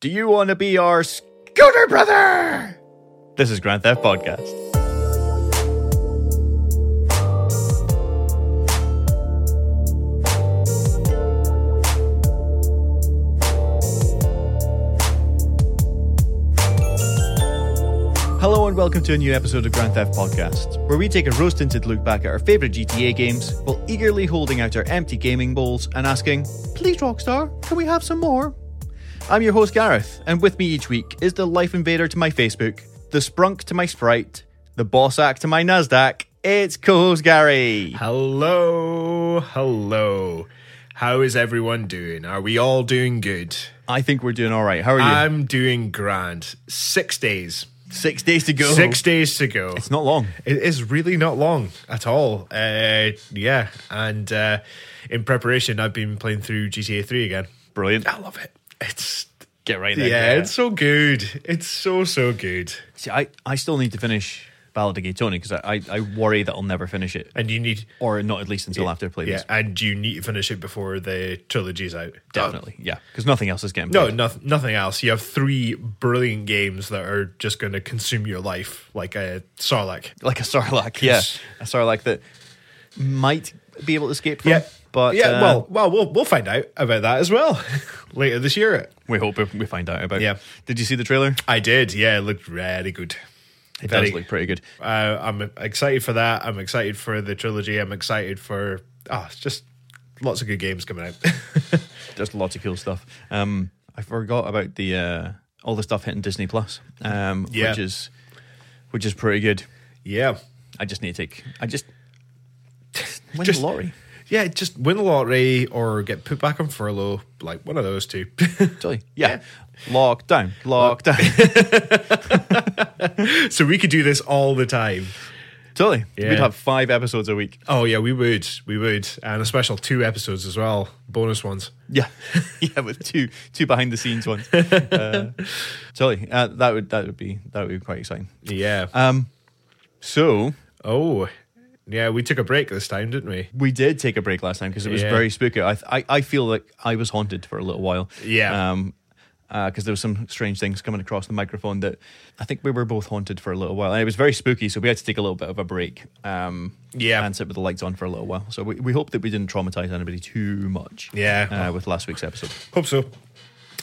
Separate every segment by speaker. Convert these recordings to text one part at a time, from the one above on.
Speaker 1: Do you want to be our scooter brother? This is Grand Theft Podcast. Hello and welcome to a new episode of Grand Theft Podcast, where we take a rose tinted look back at our favourite GTA games while eagerly holding out our empty gaming bowls and asking, Please, Rockstar, can we have some more? I'm your host, Gareth, and with me each week is the life invader to my Facebook, the sprunk to my Sprite, the boss act to my NASDAQ. It's co host Gary.
Speaker 2: Hello, hello. How is everyone doing? Are we all doing good?
Speaker 1: I think we're doing all right. How are you?
Speaker 2: I'm doing grand. Six days.
Speaker 1: six days to go.
Speaker 2: Six days to go.
Speaker 1: It's not long.
Speaker 2: Oh. It is really not long at all. Uh, yeah. And uh, in preparation, I've been playing through GTA 3 again.
Speaker 1: Brilliant.
Speaker 2: I love it. It's,
Speaker 1: Get right
Speaker 2: yeah,
Speaker 1: there. Gareth.
Speaker 2: it's so good. It's so, so good.
Speaker 1: See, I, I still need to finish Ballad of Gay Tony because I, I, I worry that I'll never finish it,
Speaker 2: And you need.
Speaker 1: or not at least until after I play
Speaker 2: Yeah, Oh.
Speaker 1: this.
Speaker 2: and you need to finish it before the trilogy's out.
Speaker 1: Definitely, yeah, because nothing else is getting
Speaker 2: No,
Speaker 1: played.
Speaker 2: no, nothing else. You have three brilliant games that are just going to consume your life, like a Sarlacc.
Speaker 1: like a Sarlacc, yeah, a Sarlacc that might be able to escape from. but
Speaker 2: yeah,
Speaker 1: uh,
Speaker 2: well, well, we'll we'll find out about that as well later this year.
Speaker 1: we hope we find out about.
Speaker 2: Yeah.
Speaker 1: did you see the trailer?
Speaker 2: I did. Yeah, it looked really good.
Speaker 1: It
Speaker 2: Very-
Speaker 1: does look pretty good.
Speaker 2: Uh, I'm excited for that. I'm excited for the trilogy. I'm excited for oh, it's just lots of good games coming out.
Speaker 1: There's lots of cool stuff. Um, I forgot about the uh, all the stuff hitting Disney Plus, um,
Speaker 2: Yeah.
Speaker 1: which is which is pretty good.
Speaker 2: yeah,
Speaker 1: I just need to take. I just win
Speaker 2: Just-
Speaker 1: the lottery.
Speaker 2: yeah. Just win the lottery or get put back on furlough, like one of those two.
Speaker 1: Totally. Yeah. Lockdown. Lockdown.
Speaker 2: so we could do this all the time.
Speaker 1: totally.
Speaker 2: Yeah.
Speaker 1: We'd have five episodes a week.
Speaker 2: Oh yeah, we would, we would, and a special two episodes as well, bonus ones.
Speaker 1: Yeah. yeah, with two two behind the scenes ones. Uh, totally. Uh, that would that would be that would be quite exciting.
Speaker 2: Yeah.
Speaker 1: Um so
Speaker 2: oh, yeah. We took a break this time, didn't we?
Speaker 1: we did take a break last time because it was
Speaker 2: Yeah.
Speaker 1: very spooky. I, I I feel like I was haunted for a little while.
Speaker 2: Yeah.
Speaker 1: Um because there was some strange things coming across the microphone that I think we were both haunted for a little while, and it was very spooky. So we had to take a little bit of a break, um,
Speaker 2: Yeah.
Speaker 1: and sit with the lights on for a little while. So we, we hope that we didn't traumatize anybody too much,
Speaker 2: Yeah.
Speaker 1: uh, with last week's episode.
Speaker 2: Hope so.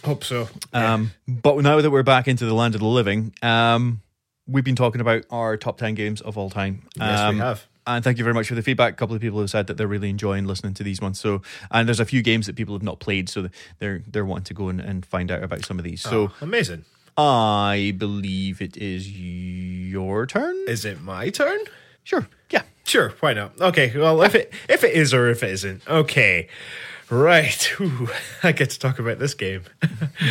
Speaker 2: Hope so.
Speaker 1: Um, but now that we're back into the land of the living, um, we've been talking about our top 10 games of all time.
Speaker 2: Yes, we
Speaker 1: Um,
Speaker 2: have.
Speaker 1: And thank you very much for the feedback. A couple of people have said that they're really enjoying listening to these ones. So, and there's a few games that people have not played, so they're they're wanting to go and, and find out about some of these. So,
Speaker 2: Amazing.
Speaker 1: I believe it is your turn.
Speaker 2: Is it my turn?
Speaker 1: Sure, yeah.
Speaker 2: Sure. Why not? Okay. Well, if it if it is or if it isn't, okay. Right. Ooh, I get to talk about this game.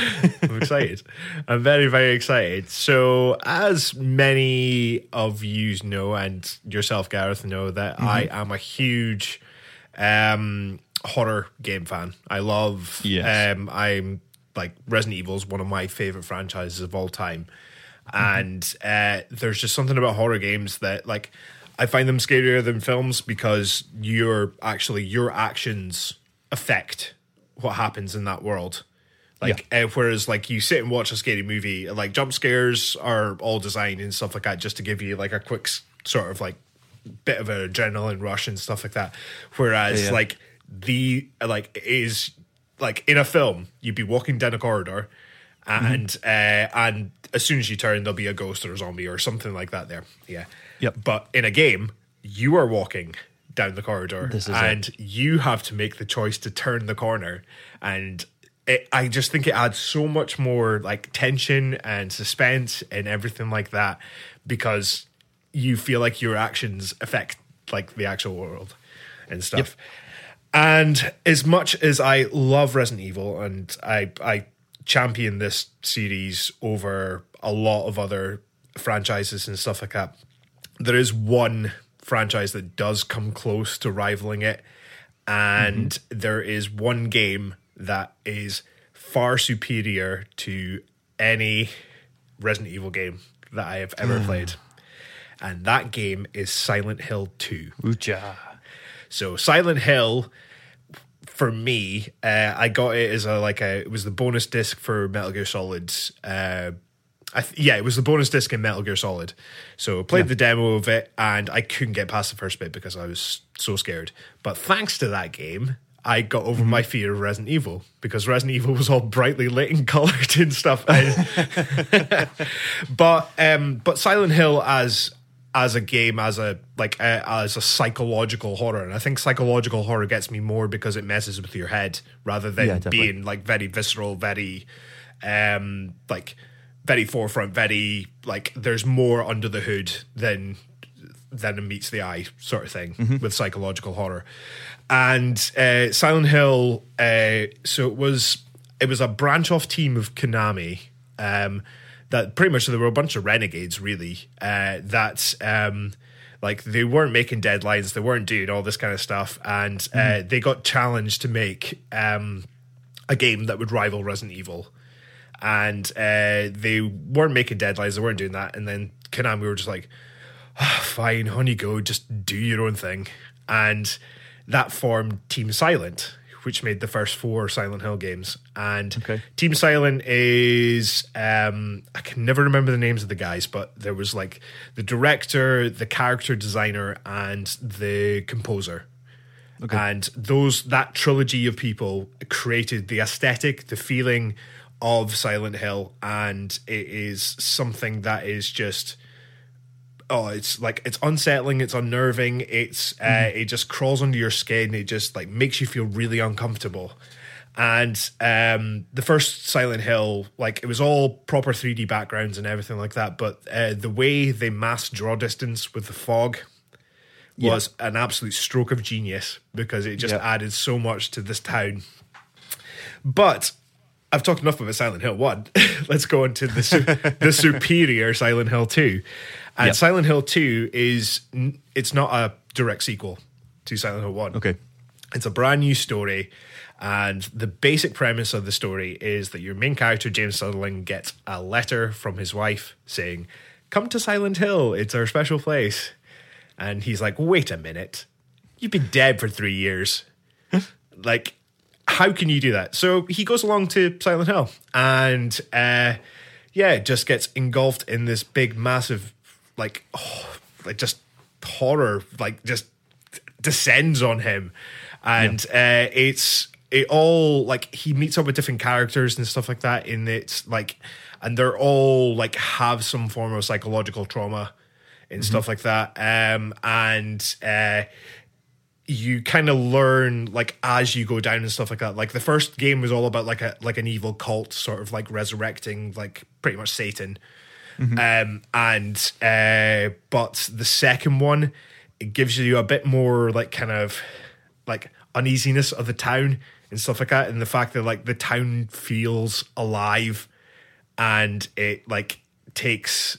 Speaker 2: I'm excited. I'm very very excited. So, as many of you know, and yourself, Gareth, know that I am a huge um, horror game fan. I love.
Speaker 1: Yes.
Speaker 2: Um, I'm like Resident Evil is one of my favorite franchises of all time, and uh, there's just something about horror games that like I find them scarier than films because your actually your actions affect what happens in that world. Like uh, whereas like you sit and watch a scary movie, like jump scares are all designed and stuff like that just to give you like a quick s- sort of like bit of an adrenaline rush and stuff like that. Whereas
Speaker 1: Yeah.
Speaker 2: like the like it is like in a film, you'd be walking down a corridor
Speaker 1: Mm-hmm.
Speaker 2: and uh and as soon as you turn there'll be a ghost or a zombie or something like that there. Yeah.
Speaker 1: Yep.
Speaker 2: But in a game, you are walking down the corridor
Speaker 1: This is it.
Speaker 2: and you have to make the choice to turn the corner and it, i just think it adds so much more like tension and suspense and everything like that because you feel like your actions affect like the actual world and stuff and as much as i love resident evil and i i champion this series over a lot of other franchises and stuff like that there is one franchise that does come close to rivaling it and there is one game that is far superior to any Resident Evil game that I have ever played and that game is Silent Hill 2
Speaker 1: Ucha.
Speaker 2: so Silent Hill for me, uh, I got it as a like a it was the bonus disc for Metal Gear Solid's. Uh, I th- yeah, it was the bonus disc in Metal Gear Solid. So I played the demo of it, and I couldn't get past the first bit because I was so scared. But thanks to that game, I got over my fear of Resident Evil because Resident Evil was all brightly lit and colored and stuff. And- but um, but Silent Hill as as a game as a like a, as a psychological horror and i think psychological horror gets me more because it messes with your head rather than
Speaker 1: Yeah, definitely.
Speaker 2: being like very visceral very um like very forefront very like there's more under the hood than than meets the eye sort of thing with psychological horror and uh silent hill uh so it was it was a branch off team of konami um that pretty much there were a bunch of renegades really uh that um like they weren't making deadlines they weren't doing all this kind of stuff and uh they got challenged to make um a game that would rival Resident Evil. And uh, they weren't making deadlines, they weren't doing that. And then Konami were just like, "Ah, fine, honey, go, just do your own thing. And that formed Team Silent, which made the first four Silent Hill games. And
Speaker 1: Okay.
Speaker 2: Team Silent is, um, I can never remember the names of the guys, but there was like the director, the character designer, and the composer and those that trilogy of people created the aesthetic the feeling of silent hill and it is something that is just oh it's like it's unsettling it's unnerving it's uh, it just crawls under your skin it just like makes you feel really uncomfortable and um the first silent hill like it was all proper 3d backgrounds and everything like that but uh, the way they masked draw distance with the fog was an absolute stroke of genius because it just
Speaker 1: Yeah.
Speaker 2: added so much to this town. But I've talked enough about Silent Hill 1. Let's go on to the, su- the superior Silent Hill 2. And
Speaker 1: Yeah.
Speaker 2: Silent Hill 2 is n- it's not a direct sequel to Silent Hill 1.
Speaker 1: Okay.
Speaker 2: It's a brand new story. And the basic premise of the story is that your main character, James Sutherland, gets a letter from his wife saying, Come to Silent Hill, it's our special place. And he's like, Wait a minute, you've been dead for three years. like, how can you do that? So he goes along to Silent Hill and, uh, yeah, just gets engulfed in this big, massive, like, oh, like just horror, like, just descends on him and uh, it's it all like he meets up with different characters and stuff like that in it's like and they're all like have some form of psychological trauma and stuff like that um and uh you kind of learn like as you go down and stuff like that like the first game was all about like a like an evil cult sort of like resurrecting like pretty much satan um and uh but the second one it gives you a bit more like kind of like uneasiness of the town and stuff like that and the fact that like the town feels alive and it like takes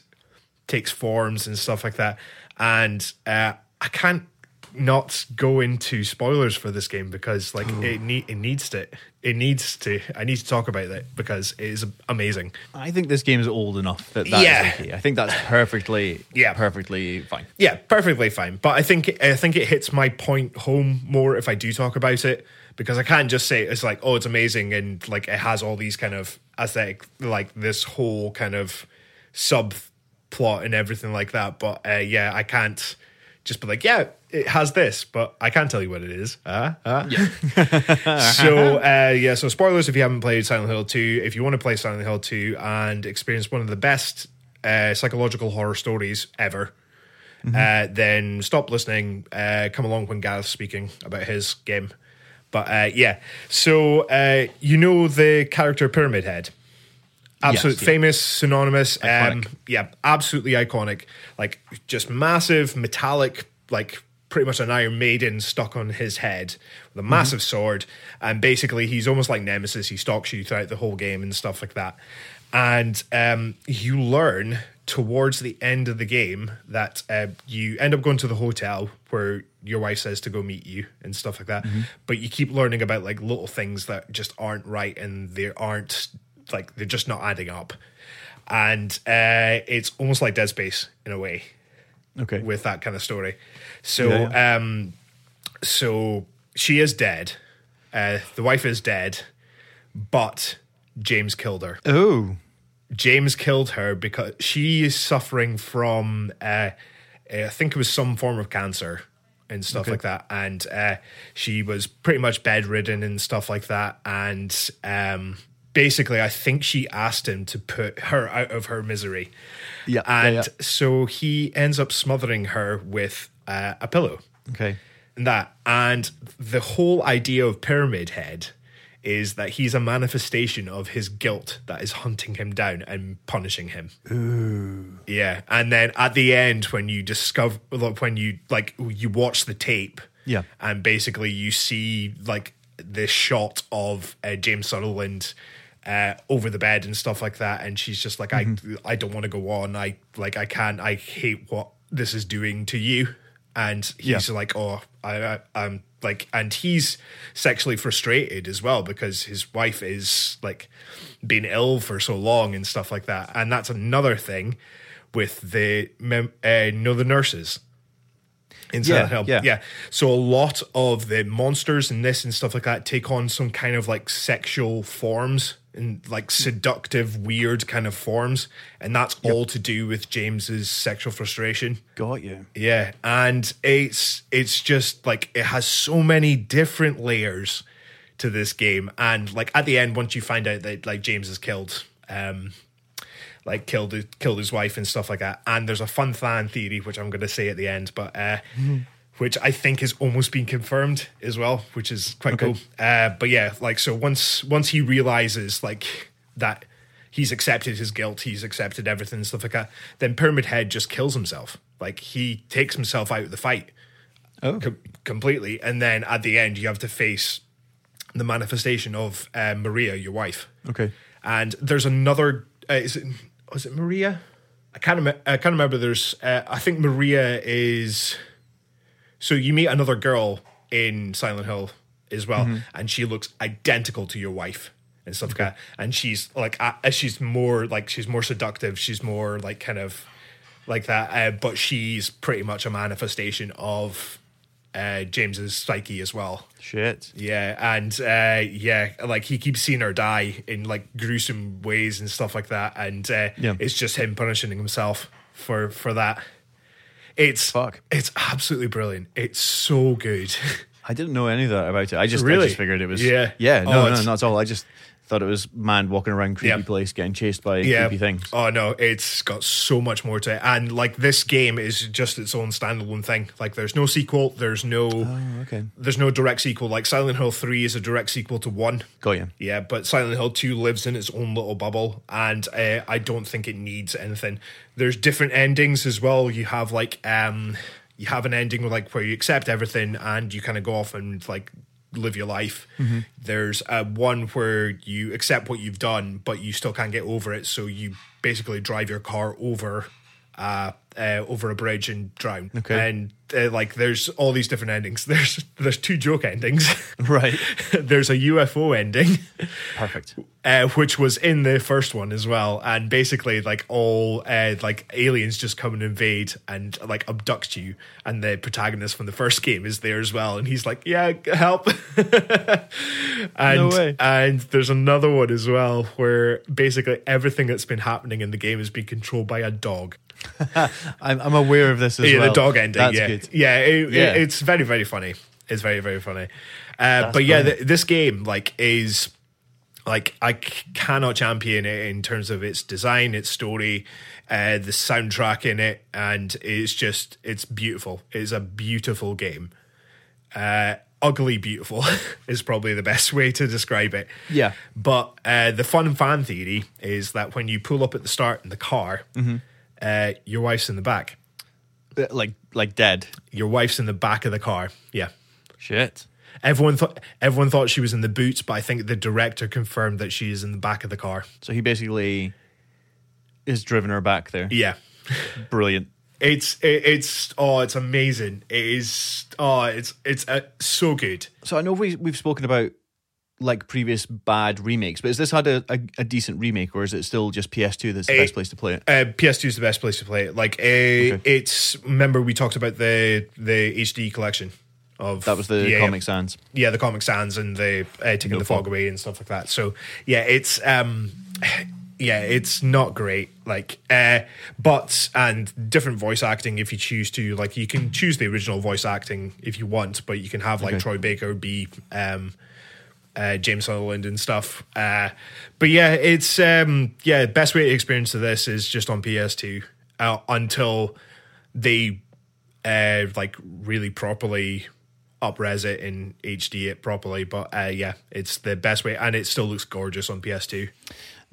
Speaker 2: takes forms and stuff like that. And uh, I can't not go into spoilers for this game because like it need it needs to it needs to I need to talk about it because it is amazing.
Speaker 1: I think this game is old enough that that is
Speaker 2: Yeah.
Speaker 1: okay. I think that's perfectly,
Speaker 2: Yeah.
Speaker 1: perfectly fine.
Speaker 2: Yeah, perfectly fine. But I think I think it hits my point home more if I do talk about it because I can't just say it's like oh it's amazing and like it has all these kind of aesthetic like this whole kind of sub plot and everything like that. But uh, yeah, I can't just be like yeah it has this, but I can't tell you what it is. Uh, uh. so uh, yeah, so spoilers if you haven't played Silent Hill 2, if you want to play Silent Hill 2 and experience one of the best uh, psychological horror stories ever
Speaker 1: Mm-hmm.
Speaker 2: uh, then stop listening. Uh, come along when Gareth's speaking about his game. But uh, yeah, so uh, you know the character Pyramid Head, absolute
Speaker 1: Yes, yeah.
Speaker 2: famous, synonymous, um,
Speaker 1: Iconic.
Speaker 2: yeah, absolutely iconic. Like just massive metallic, like pretty much an Iron Maiden stuck on his head with a massive sword, and basically he's almost like Nemesis. He stalks you throughout the whole game and stuff like that. And um, you learn towards the end of the game that uh, you end up going to the hotel where your wife says to go meet you and stuff like that. But you keep learning about like little things that just aren't right and they aren't like they're just not adding up and uh, it's almost like Dead Space in a way
Speaker 1: Okay.
Speaker 2: with that kind of story. So,
Speaker 1: Yeah,
Speaker 2: um, so she is dead, Uh, the wife is dead, but James killed her.
Speaker 1: Oh,
Speaker 2: James killed her because she is suffering from, uh, I think it was some form of cancer and stuff like that. And uh, she was pretty much bedridden and stuff like that. And um, basically, I think she asked him to put her out of her misery.
Speaker 1: yeah. yeah,
Speaker 2: And
Speaker 1: yeah.
Speaker 2: so he ends up smothering her with uh, a pillow
Speaker 1: Okay.
Speaker 2: and that. And the whole idea of Pyramid Head is that he's a manifestation of his guilt that is hunting him down and punishing him. Yeah. And then at the end, when you discover, like, when you like, you watch the tape.
Speaker 1: Yeah.
Speaker 2: And basically, you see like this shot of uh, James Sutherland. Uh, over the bed and stuff like that, and she's just like, "I, I don't want to go on. I like, I can't. I hate what this is doing to you." And he's
Speaker 1: Yeah.
Speaker 2: like, "Oh, I, I, I'm like," and he's sexually frustrated as well because his wife is like been ill for so long and stuff like that. And that's another thing with the mem- uh, you know the nurses in Silent Hill.
Speaker 1: yeah.
Speaker 2: yeah. So a lot of the monsters and this and stuff like that take on some kind of like sexual forms and like
Speaker 1: Mm.
Speaker 2: seductive, weird kind of forms. And that's all to do with James's sexual frustration.
Speaker 1: Got you.
Speaker 2: Yeah, and it's it's just like it has so many different layers to this game, and like at the end, once you find out that like James is killed, um, like killed killed his wife and stuff like that, and there's a fun fan theory which I'm going to say at the end, but uh, which I think is almost being confirmed as well, which is quite cool. Uh, but yeah, like so once once he realizes like that he's accepted his guilt, he's accepted everything and stuff like that. Then Pyramid Head just kills himself. Like he takes himself out of the fight
Speaker 1: Oh.
Speaker 2: com- completely, and then at the end you have to face the manifestation of uh, Maria, your wife.
Speaker 1: Okay.
Speaker 2: And there's another. Uh, is it was it Maria? I can't. rem- I can't remember. There's. Uh, I think Maria is. So you meet another girl in Silent Hill as well, and she looks identical to your wife and stuff like that. And she's like, uh, she's more like she's more seductive. She's more like kind of like that. Uh, but she's pretty much a manifestation of uh, James's psyche as well.
Speaker 1: Shit.
Speaker 2: Yeah, and uh, yeah, like he keeps seeing her die in like gruesome ways and stuff like that, and uh,
Speaker 1: Yeah.
Speaker 2: it's just him punishing himself for for that. It's
Speaker 1: Fuck.
Speaker 2: it's absolutely brilliant. It's so good.
Speaker 1: I didn't know any of that about it. I just, I
Speaker 2: Really?
Speaker 1: just figured it was.
Speaker 2: Yeah.
Speaker 1: Yeah.
Speaker 2: Oh,
Speaker 1: No, no,
Speaker 2: it's-
Speaker 1: not at all. I just thought it was man walking around creepy
Speaker 2: Yeah.
Speaker 1: place getting chased by
Speaker 2: yeah.
Speaker 1: creepy things.
Speaker 2: Oh no, it's got so much more to it, and like this game is just its own standalone thing. Like there's no sequel. There's no.
Speaker 1: okay.
Speaker 2: There's no direct sequel. Like Silent Hill 3 is a direct sequel to 1.
Speaker 1: Got you.
Speaker 2: Yeah, but Silent Hill 2 lives in its own little bubble, and uh, I don't think it needs anything. There's different endings as well. You have like um, you have an ending like where you accept everything and you kind of go off and like live your life. There's uh, one where you accept what you've done, but you still can't get over it, so you basically drive your car over uh, uh, over a bridge and drown.
Speaker 1: Okay.
Speaker 2: And uh, like, there's all these different endings. There's there's two joke endings.
Speaker 1: Right.
Speaker 2: there's a UFO ending,
Speaker 1: Perfect.
Speaker 2: uh, which was in the first one as well, and basically like all uh, like aliens just come and invade and like abduct you, and the protagonist from the first game is there as well, and he's like, yeah, g- help. and
Speaker 1: way.
Speaker 2: and there's another one as well where basically everything that's been happening in the game is being controlled by a dog.
Speaker 1: I'm, I'm aware of this as
Speaker 2: yeah,
Speaker 1: well.
Speaker 2: the dog ending.
Speaker 1: That's
Speaker 2: yeah,
Speaker 1: good.
Speaker 2: yeah, it,
Speaker 1: Yeah.
Speaker 2: It, it's very very funny. It's very very funny. Uh, but yeah, th- this game like is like I c- cannot champion it in terms of its design, its story, uh, the soundtrack in it, and it's just it's beautiful. It's a beautiful game. Uh, ugly beautiful is probably the best way to describe it.
Speaker 1: Yeah.
Speaker 2: But uh, the fun fan theory is that when you pull up at the start in the car,
Speaker 1: Mm-hmm.
Speaker 2: uh, your wife's in the back
Speaker 1: Uh, Like, like dead.
Speaker 2: your wife's in the back of the car. Yeah.
Speaker 1: Shit.
Speaker 2: Everyone thought everyone thought she was in the boots, but I think the director confirmed that she is in the back of the car.
Speaker 1: So he basically is driven her back there.
Speaker 2: Yeah.
Speaker 1: Brilliant.
Speaker 2: It's it, it's oh, it's amazing. It is oh, it's it's uh, so good.
Speaker 1: So I know we we've spoken about like previous bad remakes, but has this had a, a, a decent remake, or is it still just PS2 that's the best place to play it?
Speaker 2: Uh, PS2 is the best place to play it. Like, uh, it's remember we talked about the the HD collection of
Speaker 1: That was the
Speaker 2: yeah,
Speaker 1: Comic Sans.
Speaker 2: yeah, the Comic Sans and the uh, taking the fog away and stuff like that. So yeah, it's um, yeah, it's not great. Like, uh, but and different voice acting if you choose to. Like, you can choose the original voice acting if you want, but you can have like
Speaker 1: Okay.
Speaker 2: Troy Baker be um, uh, James Sutherland and stuff. Uh, but yeah, it's um, yeah, best way to experience this is just on PS2 uh, until they uh, like really properly upres it and HD it properly. But uh, yeah, it's the best way, and it still looks gorgeous on PS2.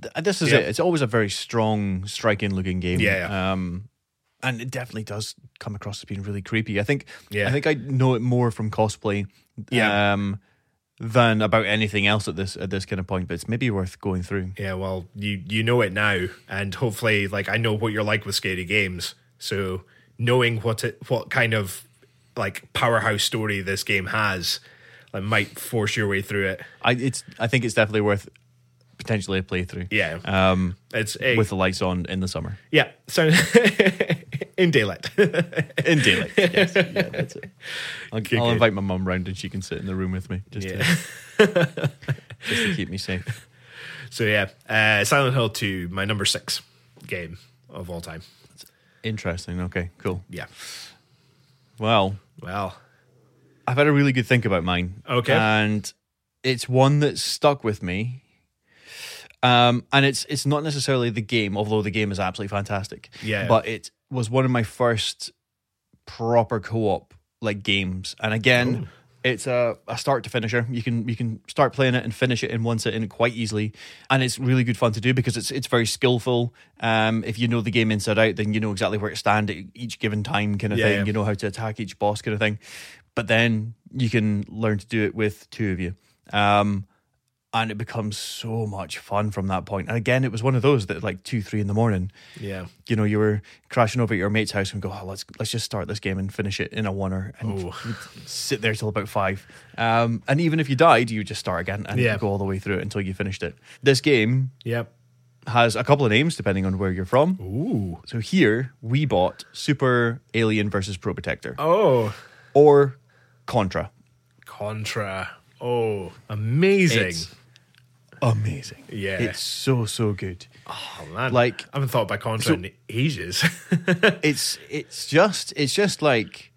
Speaker 1: Th- This is
Speaker 2: Yeah.
Speaker 1: it. It's always a very strong, striking looking game.
Speaker 2: Yeah, yeah.
Speaker 1: Um, and it definitely does come across as being really creepy. I think.
Speaker 2: Yeah.
Speaker 1: I think I know it more from cosplay.
Speaker 2: Yeah.
Speaker 1: Um, than about anything else at this at this kind of point, but it's maybe worth going through.
Speaker 2: Yeah, well, you you know it now, and hopefully, like I know what you're like with scary games, so knowing what it what kind of like powerhouse story this game has, like might force your way through it.
Speaker 1: I it's I think it's definitely worth potentially a playthrough.
Speaker 2: Yeah,
Speaker 1: Um,
Speaker 2: it's a,
Speaker 1: with the lights on in the summer
Speaker 2: yeah, so in daylight.
Speaker 1: in daylight. yes, yeah, that's it. I'll, I'll
Speaker 2: good.
Speaker 1: invite my mum round and she can sit in the room with me just to, just to keep me safe.
Speaker 2: so yeah, uh, Silent Hill Two, my number six game of all time.
Speaker 1: Interesting. Okay. Cool.
Speaker 2: Yeah,
Speaker 1: Well,
Speaker 2: well,
Speaker 1: I've had a really good think about mine.
Speaker 2: Okay.
Speaker 1: And it's one that's stuck with me. Um, and it's it's not necessarily the game, although the game is absolutely fantastic.
Speaker 2: Yeah.
Speaker 1: But it was one of my first proper co-op like games. And again, it's a, a start to finisher. You can you can start playing it and finish it in one sitting quite easily. And it's really good fun to do because it's it's very skillful. Um, if you know the game inside out, then you know exactly where to stand at each given time kind of
Speaker 2: Yeah,
Speaker 1: thing.
Speaker 2: yeah.
Speaker 1: You know how to attack each boss kind of thing. But then you can learn to do it with two of you. Um, and it becomes so much fun from that point. And again, it was one of those that like two, three in the morning,
Speaker 2: yeah,
Speaker 1: you know, you were crashing over at your mate's house and go, oh, let's let's just start this game and finish it in a oneer and
Speaker 2: Oh.
Speaker 1: you'd sit there till about five. Um, and even if you died, you just start again and
Speaker 2: Yeah.
Speaker 1: go all the way through it until you finished it. This game
Speaker 2: yeah.
Speaker 1: has a couple of names depending on where you're from.
Speaker 2: Ooh,
Speaker 1: So here we bought Super Alien versus Protector
Speaker 2: oh,
Speaker 1: or Contra.
Speaker 2: Contra. Oh, amazing.
Speaker 1: It's amazing.
Speaker 2: Yeah.
Speaker 1: It's so so good.
Speaker 2: Oh, man.
Speaker 1: Like-
Speaker 2: I haven't thought about Contra in ages.
Speaker 1: It's it's just it's just like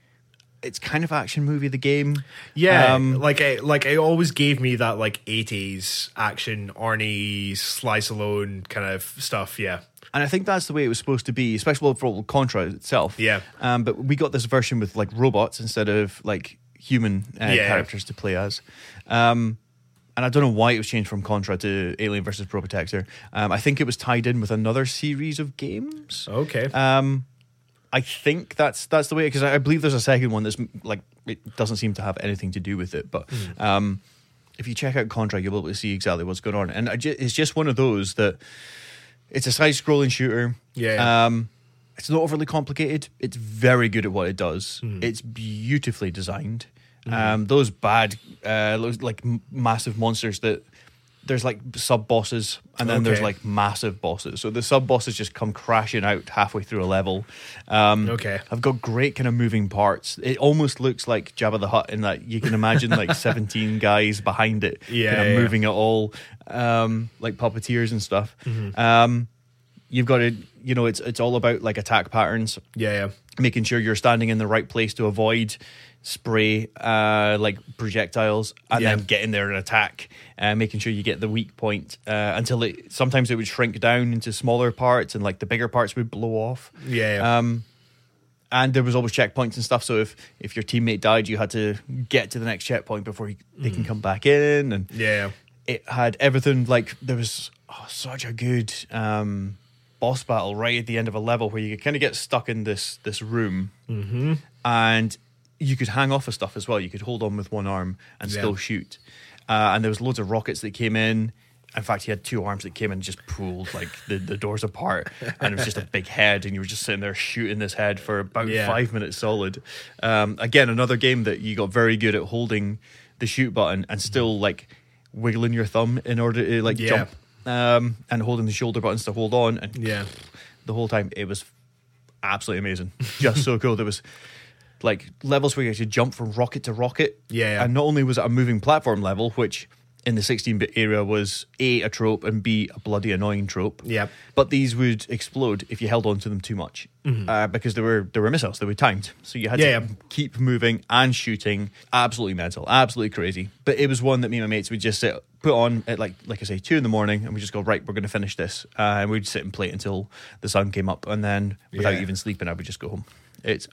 Speaker 1: it's kind of action movie the game.
Speaker 2: yeah,
Speaker 1: Um,
Speaker 2: like it, like it always gave me that like eighties action, Arnie, Slice Alone kind of stuff. Yeah,
Speaker 1: And I think that's the way it was supposed to be, especially well, for Contra itself.
Speaker 2: Yeah.
Speaker 1: Um, but we got this version with like robots instead of like human uh,
Speaker 2: Yeah.
Speaker 1: characters to play as. Um, and I don't know why it was changed from Contra to Alien versus Protector. Um, I think it was tied in with another series of games.
Speaker 2: okay.
Speaker 1: Um, I think that's that's the way because I, I believe there's a second one that's m- like it doesn't seem to have anything to do with it. But
Speaker 2: Hmm.
Speaker 1: um, if you check out Contra, you'll be able to see exactly what's going on, and I ju- it's just one of those that it's a side-scrolling shooter.
Speaker 2: Yeah, yeah.
Speaker 1: Um, it's not overly complicated. It's very good at what it does.
Speaker 2: Hmm.
Speaker 1: It's beautifully designed. Um, those bad, uh, those, like m- massive monsters that there's like sub bosses, and then there's
Speaker 2: Okay.
Speaker 1: like massive bosses. So the sub bosses just come crashing out halfway through a level. Um,
Speaker 2: Okay.
Speaker 1: I've got great kind of moving parts. It almost looks like Jabba the Hutt in that you can imagine like 17 guys behind it,
Speaker 2: Yeah,
Speaker 1: kind of
Speaker 2: yeah.
Speaker 1: moving it all, um, like puppeteers and stuff.
Speaker 2: Mm-hmm.
Speaker 1: Um, you've got to, you know, it's it's all about like attack patterns
Speaker 2: yeah, yeah.
Speaker 1: making sure you're standing in the right place to avoid spray uh like projectiles and
Speaker 2: Yeah.
Speaker 1: then getting there and attack uh, making sure you get the weak point uh, until it sometimes it would shrink down into smaller parts and like the bigger parts would blow off
Speaker 2: Yeah, yeah.
Speaker 1: um and there was always checkpoints and stuff so if if your teammate died you had to get to the next checkpoint before you, they
Speaker 2: Mm.
Speaker 1: can come back in and
Speaker 2: Yeah,
Speaker 1: it had everything like there was oh, such a good um, boss battle right at the end of a level where you kind of get stuck in this this room and you could hang off of stuff as well you could hold on with one arm and
Speaker 2: Yeah.
Speaker 1: still shoot uh, and there was loads of rockets that came in in fact he had two arms that came in and just pulled like the, the doors apart and it was just a big head and you were just sitting there shooting this head for about
Speaker 2: Yeah.
Speaker 1: five minutes solid um, again another game that you got very good at holding the shoot button and still like wiggling your thumb in order to like
Speaker 2: Yeah.
Speaker 1: jump um, and holding the shoulder buttons to hold on and
Speaker 2: yeah,
Speaker 1: the whole time it was absolutely amazing just so cool there was like levels where you had to jump from rocket to rocket.
Speaker 2: Yeah.
Speaker 1: And not only was it a moving platform level, which in the 16 bit era was A, a trope, and B, a bloody annoying trope.
Speaker 2: Yep.
Speaker 1: But these would explode if you held on to them too much uh, because they were, they were missiles, they were timed. So you had
Speaker 2: Mm-hmm. Yeah,
Speaker 1: to
Speaker 2: yeah.
Speaker 1: keep moving and shooting. Absolutely mental, absolutely crazy. But it was one that me and my mates would just sit, put on at like like I say, two in the morning, and we just go right, we're going to finish this, uh, and we'd sit and play it until the sun came up, and then without
Speaker 2: Yeah.
Speaker 1: even sleeping, I would just go home. It's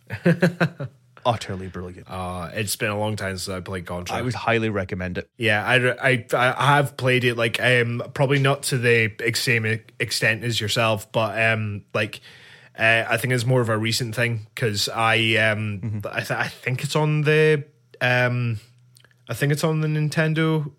Speaker 1: utterly brilliant.
Speaker 2: Uh, it's been a long time since I played Contra.
Speaker 1: Oh, I would highly recommend it.
Speaker 2: Yeah, I, I, I have played it like um probably not to the ex- same e, extent as yourself, but um like uh, I think it's more of a recent thing because I um I, th- I think it's on the um I think it's on the Nintendo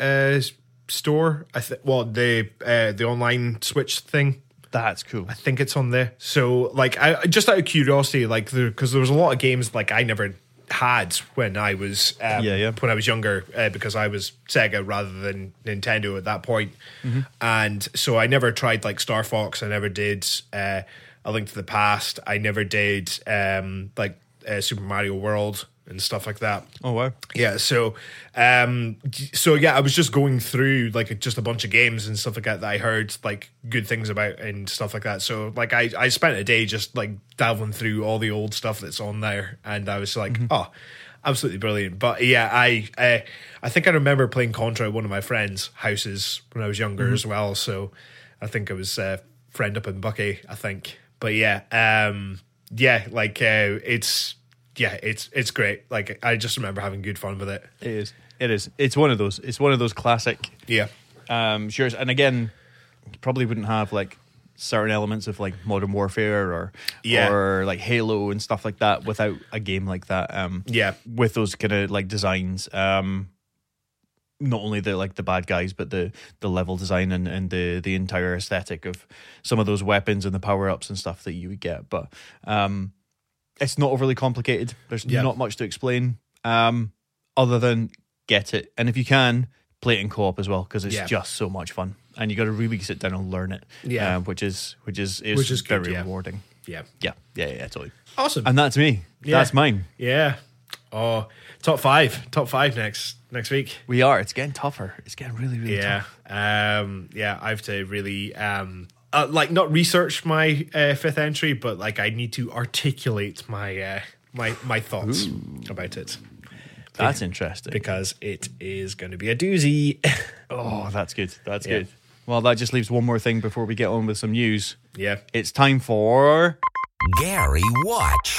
Speaker 2: uh s- store. I think well the uh, the online Switch thing.
Speaker 1: That's cool.
Speaker 2: I think it's on there. So like I I- just out of curiosity, like because there was a lot of games like I never had when I was um,
Speaker 1: Yeah, yeah.
Speaker 2: when I was younger uh, because I was Sega rather than Nintendo at that point,
Speaker 1: Mm-hmm.
Speaker 2: and so I never tried like Star Fox. I never did uh, A Link to the Past. I never did um, like uh, Super Mario World and stuff like that.
Speaker 1: Oh wow.
Speaker 2: Yeah, so um so yeah, I was just going through like just a bunch of games and stuff like that that I heard like good things about and stuff like that. So like I I spent a day just like dabbling through all the old stuff that's on there and I was like, "Oh, absolutely brilliant." But yeah, I uh, I think I remember playing Contra at one of my friends' houses when I was younger as well, so I think it was uh, friend up in Bucky, I think. But yeah, um yeah, like uh, it's yeah, it's it's great. Like I just remember having good fun with it.
Speaker 1: It is. It is. It's one of those. It's one of those classic
Speaker 2: Yeah.
Speaker 1: um sure and again probably wouldn't have like certain elements of like modern warfare or
Speaker 2: Yeah.
Speaker 1: or like halo and stuff like that without a game like that um
Speaker 2: Yeah.
Speaker 1: with those kind of like designs um not only the like the bad guys but the the level design and, and the the entire aesthetic of some of those weapons and the power-ups and stuff that you would get but um it's not overly complicated there's
Speaker 2: Yeah.
Speaker 1: not much to explain um other than get it and if you can play it in co-op as well because it's
Speaker 2: Yeah.
Speaker 1: just so much fun and you got to really sit down and learn it
Speaker 2: Yeah.
Speaker 1: um, which is which is is
Speaker 2: Which is good,
Speaker 1: very
Speaker 2: yeah.
Speaker 1: rewarding
Speaker 2: Yeah.
Speaker 1: yeah. yeah yeah totally
Speaker 2: Awesome.
Speaker 1: and that's me
Speaker 2: Yeah.
Speaker 1: that's mine
Speaker 2: yeah. Oh, top five. Top five next next week.
Speaker 1: we are it's getting tougher it's getting really really tough
Speaker 2: Yeah. Um yeah, I have to really um uh, like not research my uh, fifth entry, but like I need to articulate my uh, my my thoughts about it
Speaker 1: that's interesting
Speaker 2: because it is going to be a doozy.
Speaker 1: Oh, that's good. That's good. Well, that just leaves one more thing before we get on with some news.
Speaker 2: yeah.
Speaker 1: It's time for
Speaker 3: Gary Watch.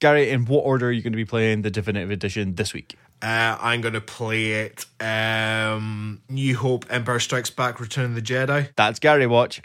Speaker 1: Gary. In what order are you going to be playing the definitive edition this week?
Speaker 2: Uh, I'm going to play it um, New Hope, Empire Strikes Back, Return of the Jedi.
Speaker 1: That's Gary Watch.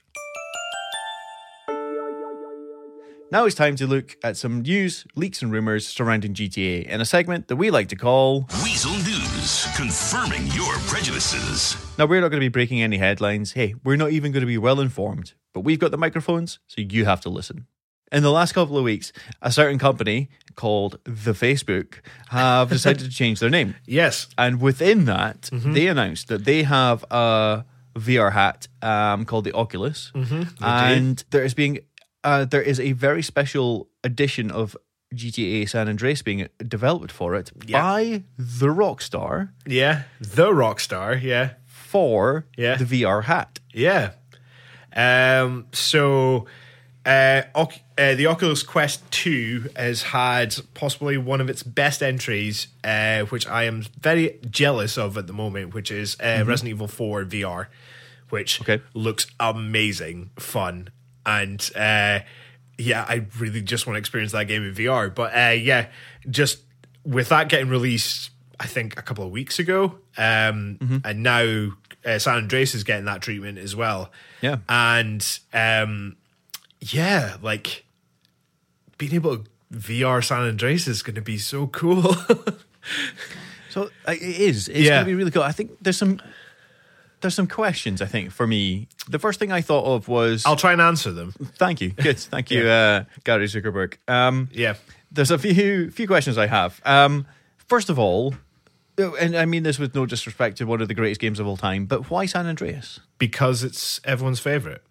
Speaker 1: Now it's time to look at some news, leaks, and rumors surrounding GTA in a segment that we like to call
Speaker 3: Weasel News, confirming your prejudices.
Speaker 1: Now, we're not going to be breaking any headlines. Hey, we're not even going to be well informed, but we've got the microphones, so you have to listen. In the last couple of weeks, a certain company called The Facebook have decided to change their name.
Speaker 2: Yes.
Speaker 1: And within that,
Speaker 2: Mm-hmm.
Speaker 1: they announced that they have a VR hat um, called the Oculus,
Speaker 2: Mm-hmm.
Speaker 1: and there is being uh, there is a very special edition of GTA San Andreas being developed for it
Speaker 2: Yeah.
Speaker 1: by the Rockstar
Speaker 2: Yeah. The rock star. Yeah.
Speaker 1: for
Speaker 2: Yeah.
Speaker 1: the VR hat.
Speaker 2: Yeah. Um, so uh, Oc- uh, the Oculus Quest 2 has had possibly one of its best entries, uh, which I am very jealous of at the moment, which is uh, Resident Evil 4 VR, which
Speaker 1: Okay.
Speaker 2: looks amazing, fun, and uh, yeah, I really just want to experience that game in VR. But uh, yeah, just with that getting released, I think a couple of weeks ago, um, and now uh, San Andreas is getting that treatment as well.
Speaker 1: Yeah.
Speaker 2: and um, yeah, like being able to VR San Andreas is going to be so cool.
Speaker 1: So uh, it is. It's
Speaker 2: Yeah.
Speaker 1: going to be really cool. I think there's some there's some questions. I think for me, the first thing I thought of was
Speaker 2: I'll try and answer them.
Speaker 1: thank you, good, thank you, uh, Gary Zuckerberg. Um,
Speaker 2: Yeah,
Speaker 1: there's a few few questions I have. Um, first of all, uh, and I mean this with no disrespect to one of the greatest games of all time, but why San Andreas?
Speaker 2: because it's everyone's favorite.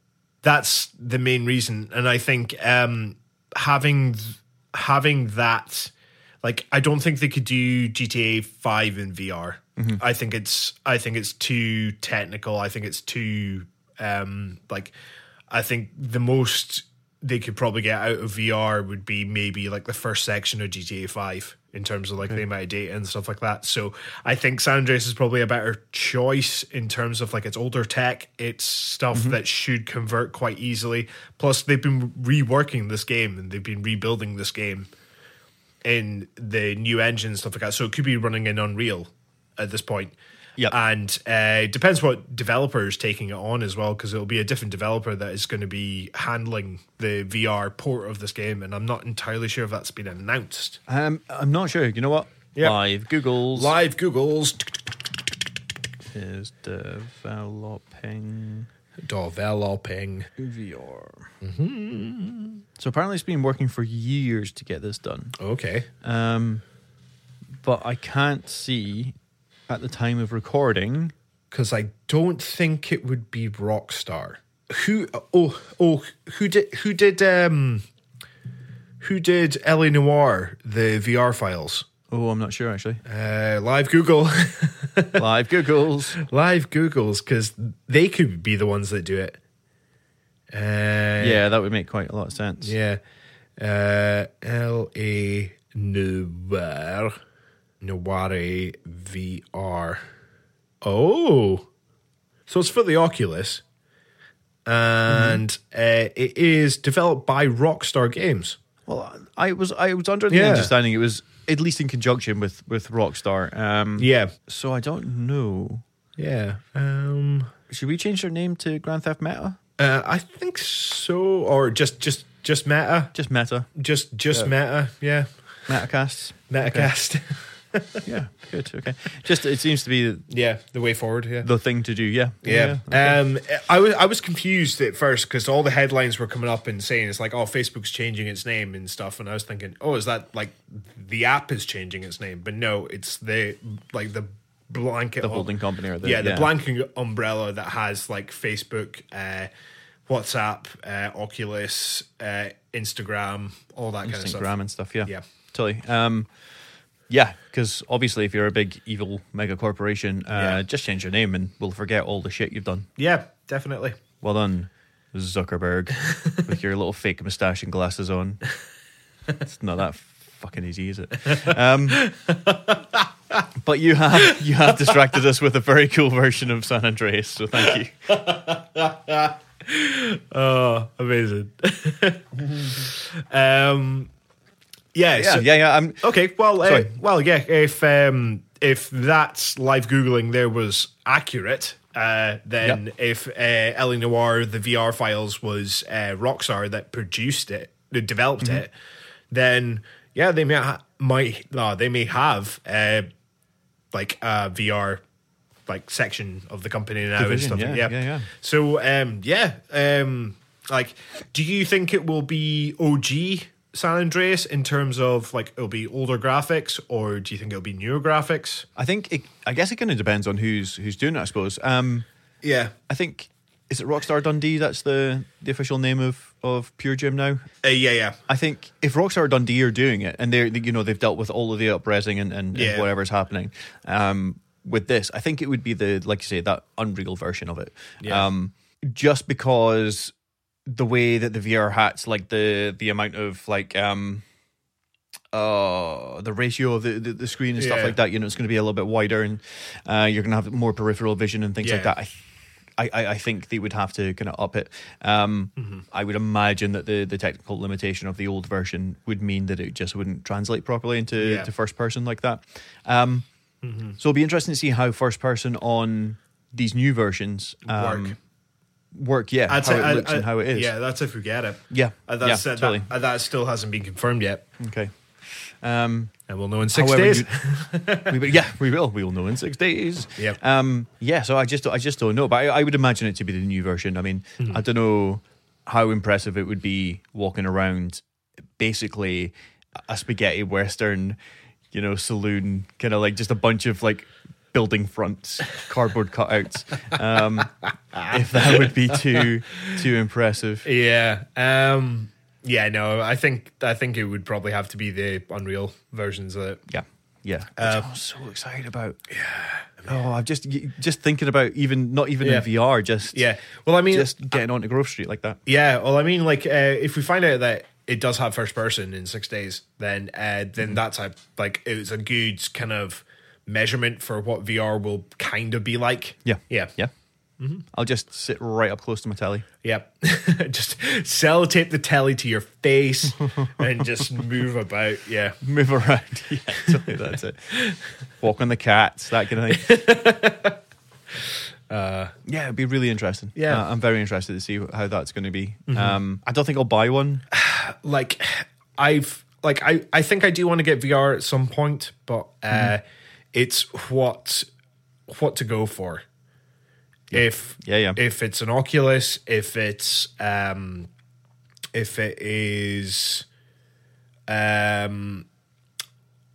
Speaker 2: That's the main reason, and I think um, having th- having that, like, I don't think they could do GTA Five in VR. I think it's I think it's too technical. I think it's too um like I think the most they could probably get out of VR would be maybe like the first section of GTA Five in terms of like the amount of data and stuff like that. So I think San Andreas is probably a better choice in terms of like it's older tech, it's stuff that should convert quite easily. Plus, they've been reworking this game and they've been rebuilding this game in the new engine and stuff like that. So it could be running in Unreal at this point.
Speaker 1: Yep.
Speaker 2: And uh, it depends what developer is taking it on as well, because it'll be a different developer that is going to be handling the VR port of this game. And I'm not entirely sure if that's been announced.
Speaker 1: Um, I'm not sure. You know what?
Speaker 2: Yeah.
Speaker 1: Live Google's
Speaker 2: Live Google's
Speaker 1: is developing
Speaker 2: developing.
Speaker 1: VR. Mm-hmm. So apparently it's been working for years to get this done.
Speaker 2: Okay.
Speaker 1: Um, but I can't see at the time of recording.
Speaker 2: Because I don't think it would be Rockstar. Who? Oh, oh, who did? Who did? Um, who did La Noir the VR files?
Speaker 1: Oh, I'm not sure actually.
Speaker 2: Uh, live Google,
Speaker 1: Live Google's.
Speaker 2: live Google's, because they could be the ones that do it. Uh,
Speaker 1: Yeah, that would make quite a lot of sense.
Speaker 2: yeah. Uh, L A Noir, Noire VR. Oh, so it's for the Oculus, and uh, it is developed by Rockstar Games.
Speaker 1: Well, I was I was under the
Speaker 2: Yeah.
Speaker 1: understanding it was at least in conjunction with with Rockstar. Um,
Speaker 2: Yeah,
Speaker 1: So I don't know.
Speaker 2: yeah. Um,
Speaker 1: Should we change their name to Grand Theft Meta?
Speaker 2: uh, I think so, or just just just Meta.
Speaker 1: Just Meta.
Speaker 2: Just just meta, yeah.
Speaker 1: Metacasts.
Speaker 2: Metacast.
Speaker 1: yeah. Good. Okay. Just it seems to be
Speaker 2: yeah, the way forward, yeah.
Speaker 1: the thing to do. Yeah.
Speaker 2: yeah. Um I was I was confused at first because all the headlines were coming up and saying it's like, oh, Facebook's changing its name and stuff. And I was thinking, oh, is that like the app is changing its name? But no, it's the like the blanket um,
Speaker 1: The holding company or the-
Speaker 2: yeah, the
Speaker 1: yeah.
Speaker 2: blanket umbrella that has like Facebook, uh WhatsApp, uh, Oculus, uh, Instagram, all that kind of stuff.
Speaker 1: Instagram and stuff. Yeah.
Speaker 2: Yeah.
Speaker 1: Totally. Um, yeah, because obviously, if you're a big evil mega corporation, uh,
Speaker 2: Yeah.
Speaker 1: just change your name and we'll forget all the shit you've done.
Speaker 2: Yeah, definitely.
Speaker 1: Well done, Zuckerberg, with your little fake mustache and glasses on. It's not that fucking easy, is it? Um, but you have you have distracted us with a very cool version of San Andreas, so thank you.
Speaker 2: Oh, amazing. um, yeah,
Speaker 1: Yeah,
Speaker 2: so-
Speaker 1: yeah, yeah. I'm,
Speaker 2: Okay. Well, uh,
Speaker 1: Sorry.
Speaker 2: well, yeah. If um, if that live googling there was accurate, uh, then if uh, Ellie Noir the VR files was uh, Rockstar that produced it, that developed
Speaker 1: Mm-hmm.
Speaker 2: it, then yeah, they may ha- might uh, they may have uh, like a VR like section of the company now
Speaker 1: Division,
Speaker 2: and stuff.
Speaker 1: yeah, yeah, yeah.
Speaker 2: So um, yeah, um, like, do you think it will be OG San Andreas in terms of like it'll be older graphics, or do you think it'll be newer graphics?
Speaker 1: I think it, I guess it kind of depends on who's who's doing it. I suppose. Um,
Speaker 2: Yeah,
Speaker 1: I think is it Rockstar Dundee? That's the the official name of of Pure Gym now.
Speaker 2: uh, yeah, yeah.
Speaker 1: I think if Rockstar Dundee are doing it, and they're you know they've dealt with all of the uprising and and,
Speaker 2: Yeah.
Speaker 1: and whatever's happening um, with this, I think it would be the like you say that Unreal version of it.
Speaker 2: Yeah.
Speaker 1: Um, just because the way that the VR hats, like the the amount of like um, uh, the ratio of the the, the screen and stuff
Speaker 2: Yeah.
Speaker 1: like that, you know, it's going to be a little bit wider, and uh, you're going to have more peripheral vision and things like
Speaker 2: Yeah.
Speaker 1: that. I th- I, I, I think they would have to kind of up it. Um,
Speaker 2: Mm-hmm.
Speaker 1: I would imagine that the, the technical limitation of the old version would mean that it just wouldn't translate properly into
Speaker 2: Yeah. Mm-hmm.
Speaker 1: to first person like that. Um, So it'll be interesting to see how first person on these new versions um,
Speaker 2: Work.
Speaker 1: work. Yeah, how it
Speaker 2: I-
Speaker 1: looks
Speaker 2: I-
Speaker 1: and how it is.
Speaker 2: Yeah, that's if we get it.
Speaker 1: Yeah,
Speaker 2: uh, that's,
Speaker 1: yeah,
Speaker 2: uh,
Speaker 1: totally.
Speaker 2: that, uh, that still hasn't been confirmed yet,
Speaker 1: Okay. Um,
Speaker 2: and we'll know in six
Speaker 1: However,
Speaker 2: days.
Speaker 1: you- we will- yeah, we will. We will know in six days.
Speaker 2: Yep.
Speaker 1: Um, yeah. So I just, I just don't know, but I, I would imagine it to be the new version. I mean,
Speaker 2: Hmm.
Speaker 1: I don't know how impressive it would be walking around, basically a spaghetti western, you know, saloon kind of like just a bunch of like building fronts, cardboard cutouts. Um, if that would be too, too impressive.
Speaker 2: yeah. Um, Yeah, no, I think I think it would probably have to be the Unreal versions of it.
Speaker 1: Yeah, yeah. Which I'm so excited about. Yeah. Oh, I'm just y- just thinking about even not even
Speaker 2: Yeah.
Speaker 1: in VR. Just
Speaker 2: Yeah. Well, I mean,
Speaker 1: just getting onto Grove Street like that.
Speaker 2: Yeah, well, I mean, like uh, if we find out that it does have first person in six days, then uh, then
Speaker 1: Mm-hmm.
Speaker 2: that's a like it's a good kind of measurement for what VR will kind of be like.
Speaker 1: Yeah, Mm-hmm.
Speaker 2: yeah,
Speaker 1: yeah. I'll just sit right up close to my telly.
Speaker 2: yep. just sellotape the telly to your face and just move about. Yeah,
Speaker 1: move around. Yeah, totally, that's it. Walk on the cats, that kind of thing. yeah, it'd be really interesting.
Speaker 2: Yeah.
Speaker 1: Uh, I'm very interested to see how that's going to be. Um, I don't think I'll buy one.
Speaker 2: like I've like I I think I do want to get VR at some point, but uh,
Speaker 1: Mm-hmm.
Speaker 2: it's what what to go for. If
Speaker 1: Yeah, yeah.
Speaker 2: if it's an Oculus, if it's um, if it is um,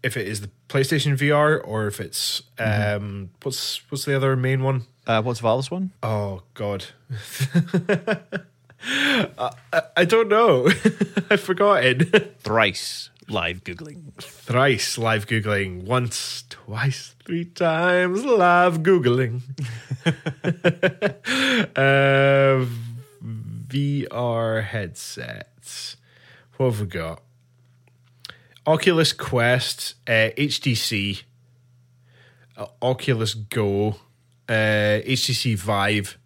Speaker 2: if it is the PlayStation VR or if it's um,
Speaker 1: Mm-hmm.
Speaker 2: what's what's the other main one?
Speaker 1: Uh, what's Val's one?
Speaker 2: Oh God, I, I don't know. I've forgotten.
Speaker 1: Thrice live googling.
Speaker 2: Thrice live googling, once, twice, three times live googling. uh, VR headsets. What have we got? Oculus Quest, uh, HTC, uh, Oculus Go, uh, HTC Vive.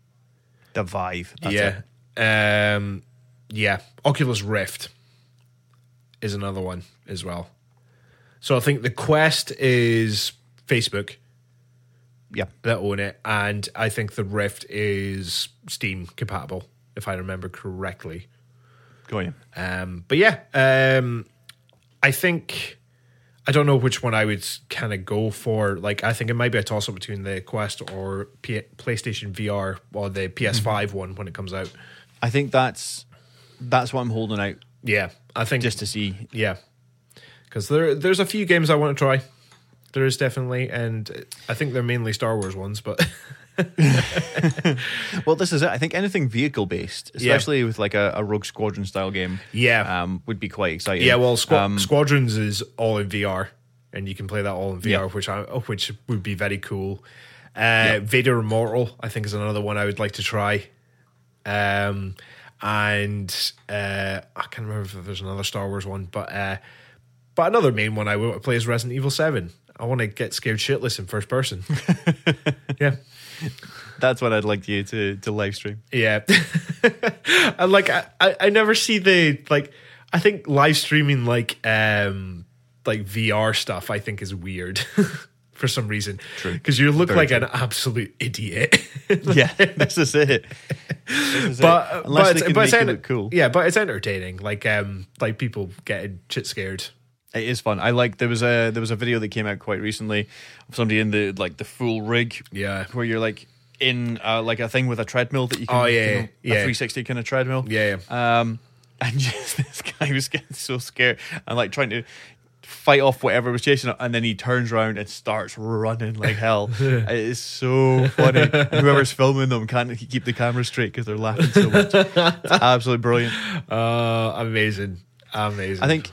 Speaker 1: The Vive. That's It.
Speaker 2: yeah. Um, yeah. Oculus Rift is another one as well. So I think the Quest is Facebook
Speaker 1: Yeah.
Speaker 2: that own it, and I think the Rift is Steam compatible, if I remember correctly.
Speaker 1: Go on.
Speaker 2: Um, but yeah, um, I think I don't know which one I would kind of go for. Like, I think it might be a toss up between the Quest or P- PlayStation VR or the PS5
Speaker 1: Mm-hmm.
Speaker 2: one when it comes out.
Speaker 1: I think that's that's what I'm holding out
Speaker 2: Yeah, I think
Speaker 1: just to see.
Speaker 2: Yeah, because there there's a few games I want to try. There is definitely, and I think they're mainly Star Wars ones. But
Speaker 1: Well, this is it. I think anything vehicle based, especially with like a, a Rogue Squadron style game,
Speaker 2: Yeah.
Speaker 1: um, would be quite exciting.
Speaker 2: yeah, well, Squa-
Speaker 1: Um,
Speaker 2: Squadrons is all in VR, and you can play that all in VR,
Speaker 1: Yeah.
Speaker 2: which I oh, which would be very cool. Uh, Vader Immortal, I think, is another one I would like to try. Um, and uh, I can't remember if there's another Star Wars one, but uh, but another main one I want to play is Resident Evil Seven. I want to get scared shitless in first person. yeah.
Speaker 1: that's what I'd like you to to live stream.
Speaker 2: Yeah. and like I, I, I never see the like I think live streaming like um like VR stuff I think is weird for some reason. True. Because you look like an absolute idiot.
Speaker 1: yeah, this is it. This is it.
Speaker 2: but uh,
Speaker 1: unless
Speaker 2: but
Speaker 1: they
Speaker 2: it's,
Speaker 1: can
Speaker 2: but it's
Speaker 1: make it
Speaker 2: enter-
Speaker 1: look cool,
Speaker 2: Yeah, but it's entertaining. Like um like people getting shit scared.
Speaker 1: it is fun. I like there was a there was a video that came out quite recently of somebody in the like the full rig.
Speaker 2: Yeah.
Speaker 1: where you're like in uh, like a thing with a treadmill that you can.
Speaker 2: Oh,
Speaker 1: you
Speaker 2: yeah,
Speaker 1: know,
Speaker 2: yeah.
Speaker 1: a 360 kind of treadmill.
Speaker 2: Yeah.
Speaker 1: Um, and just this guy was getting so scared and like trying to fight off whatever was chasing him, and then he turns around and starts running like hell. it is so funny. And Whoever's filming them can't keep the camera straight because they're laughing so much. It's absolutely brilliant.
Speaker 2: Uh amazing. Amazing.
Speaker 1: I think,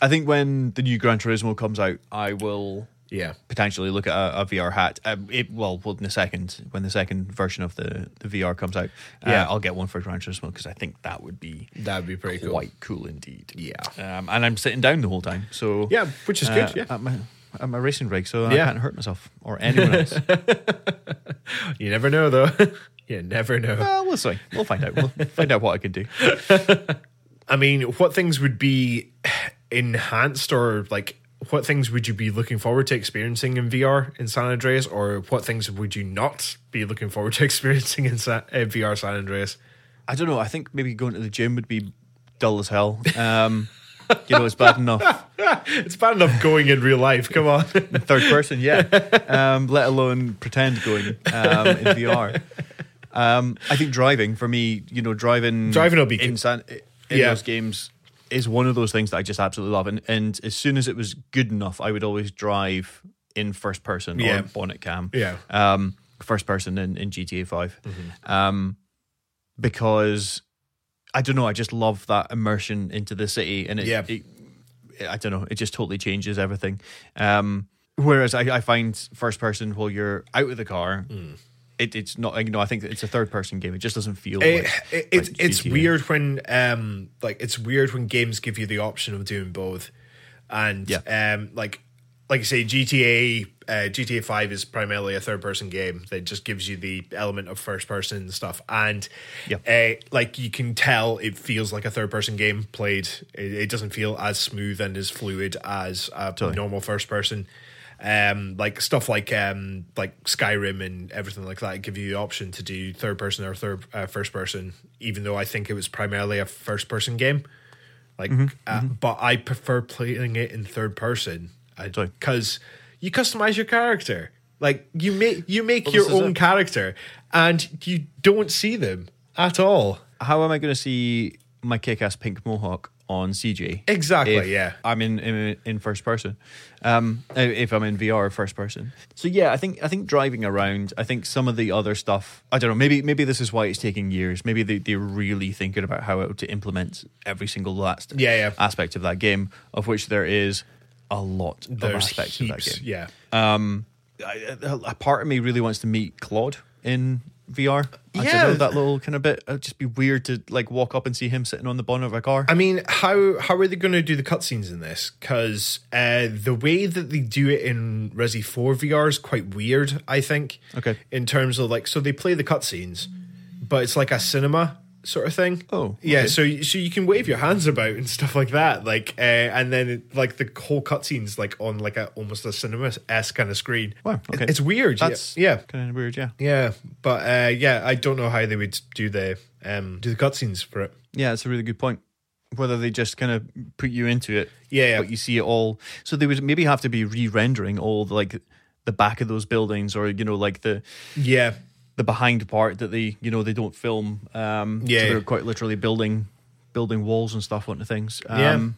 Speaker 1: I think when the new Gran Turismo comes out, I will
Speaker 2: Yeah.
Speaker 1: potentially look at a, a VR hat. Um, it, well, well, in the second when the second version of the, the VR comes out,
Speaker 2: Yeah.
Speaker 1: uh, I'll get one for Gran Turismo because I think that would be
Speaker 2: That'd be pretty cool.
Speaker 1: quite cool, indeed.
Speaker 2: Yeah.
Speaker 1: um, and I'm sitting down the whole time, so uh,
Speaker 2: Yeah, which is good, yeah.
Speaker 1: at my at my racing rig, so I
Speaker 2: Yeah.
Speaker 1: can't hurt myself or anyone else.
Speaker 2: You never know though. you never know.
Speaker 1: well, we'll see. We'll find out. We'll find out what I can do.
Speaker 2: I mean, what things would be enhanced or like what things would you be looking forward to experiencing in VR in San Andreas or what things would you not be looking forward to experiencing in Sa- uh, VR San Andreas?
Speaker 1: I don't know. I think maybe going to the gym would be dull as hell. Um, you know, it's bad enough.
Speaker 2: It's bad enough going in real life. Come on.
Speaker 1: third person, yeah. Um, let alone pretend going um, in VR. Um, I think driving for me, you know, driving
Speaker 2: Driving will be
Speaker 1: in,
Speaker 2: good.
Speaker 1: San, in
Speaker 2: Yeah.
Speaker 1: those games is one of those things that I just absolutely love. And and as soon as it was good enough, I would always drive in first person
Speaker 2: Yeah.
Speaker 1: or bonnet cam.
Speaker 2: Yeah. Mm-hmm.
Speaker 1: Um, first person in, in GTA 5 Um, because I don't know. I just love that immersion into the city, and it,
Speaker 2: Yeah.
Speaker 1: it I don't know. It just totally changes everything. Um, whereas I, I find first person while you're out of the car, it, it's not. You know, I think it's a third person game. It just doesn't feel.
Speaker 2: It,
Speaker 1: like,
Speaker 2: it, it's
Speaker 1: like
Speaker 2: it's
Speaker 1: GTA.
Speaker 2: weird when um like it's weird when games give you the option of doing both, and
Speaker 1: Yeah.
Speaker 2: um like like you say GTA uh, GTA Five is primarily a third person game that just gives you the element of first person and stuff, and
Speaker 1: Yeah.
Speaker 2: uh, like you can tell it feels like a third person game played. It, it doesn't feel as smooth and as fluid as a normal first person. Um, like stuff like um, like Skyrim and everything like that give you the option to do third person or third uh, first person. Even though I think it was primarily a first person game, like,
Speaker 1: Mm-hmm,
Speaker 2: uh, but I prefer playing it in third person
Speaker 1: Totally.
Speaker 2: because you customize your character. Like you make you make
Speaker 1: Well,
Speaker 2: your
Speaker 1: this is
Speaker 2: own
Speaker 1: it.
Speaker 2: character, and you don't see them at all.
Speaker 1: How am I going to see my kick-ass pink mohawk on CJ?
Speaker 2: Exactly,
Speaker 1: if
Speaker 2: yeah.
Speaker 1: I'm in, in in first person. Um, if I'm in VR first person. So yeah, I think I think driving around. I think some of the other stuff. I don't know. Maybe maybe this is why it's taking years. Maybe they they're really thinking about how to implement every single last
Speaker 2: Yeah, yeah.
Speaker 1: aspect of that game, of which there is a lot of
Speaker 2: There's
Speaker 1: aspects of that
Speaker 2: heaps,
Speaker 1: game
Speaker 2: yeah.
Speaker 1: a- a part of me really wants to meet Claude in VR. I don't
Speaker 2: Yeah.
Speaker 1: know, that little kind of bit. It'd just be weird to like walk up and see him sitting on the bonnet of a car.
Speaker 2: I mean, how how are they going to do the cutscenes in this? Because uh, the way that they do it in Resi Four VR is quite weird. I think.
Speaker 1: Okay.
Speaker 2: In terms of like, so they play the cutscenes, but it's like a cinema sort of thing.
Speaker 1: Oh,
Speaker 2: yeah.
Speaker 1: okay.
Speaker 2: So you- so you can wave your hands about and stuff like that. Like, uh, and then it, like the whole cutscenes like on like a almost a cinema esque kind of screen.
Speaker 1: Wow,
Speaker 2: It-
Speaker 1: okay.
Speaker 2: It's weird. yeah,
Speaker 1: That's
Speaker 2: yeah.
Speaker 1: kind of weird. Yeah,
Speaker 2: Yeah, but uh, yeah, I don't know how they would do the um, do the cutscenes for it.
Speaker 1: yeah, it's a really good point. Whether they just kind of put you into it,
Speaker 2: Yeah, yeah.
Speaker 1: but you see it all. So they would maybe have to be re-rendering all the, like the back of those buildings, or you know, like the
Speaker 2: Yeah,
Speaker 1: the behind part that they you know they don't film. Um, so
Speaker 2: Yeah.
Speaker 1: they're quite literally building building walls and stuff onto things.
Speaker 2: Yeah.
Speaker 1: Um,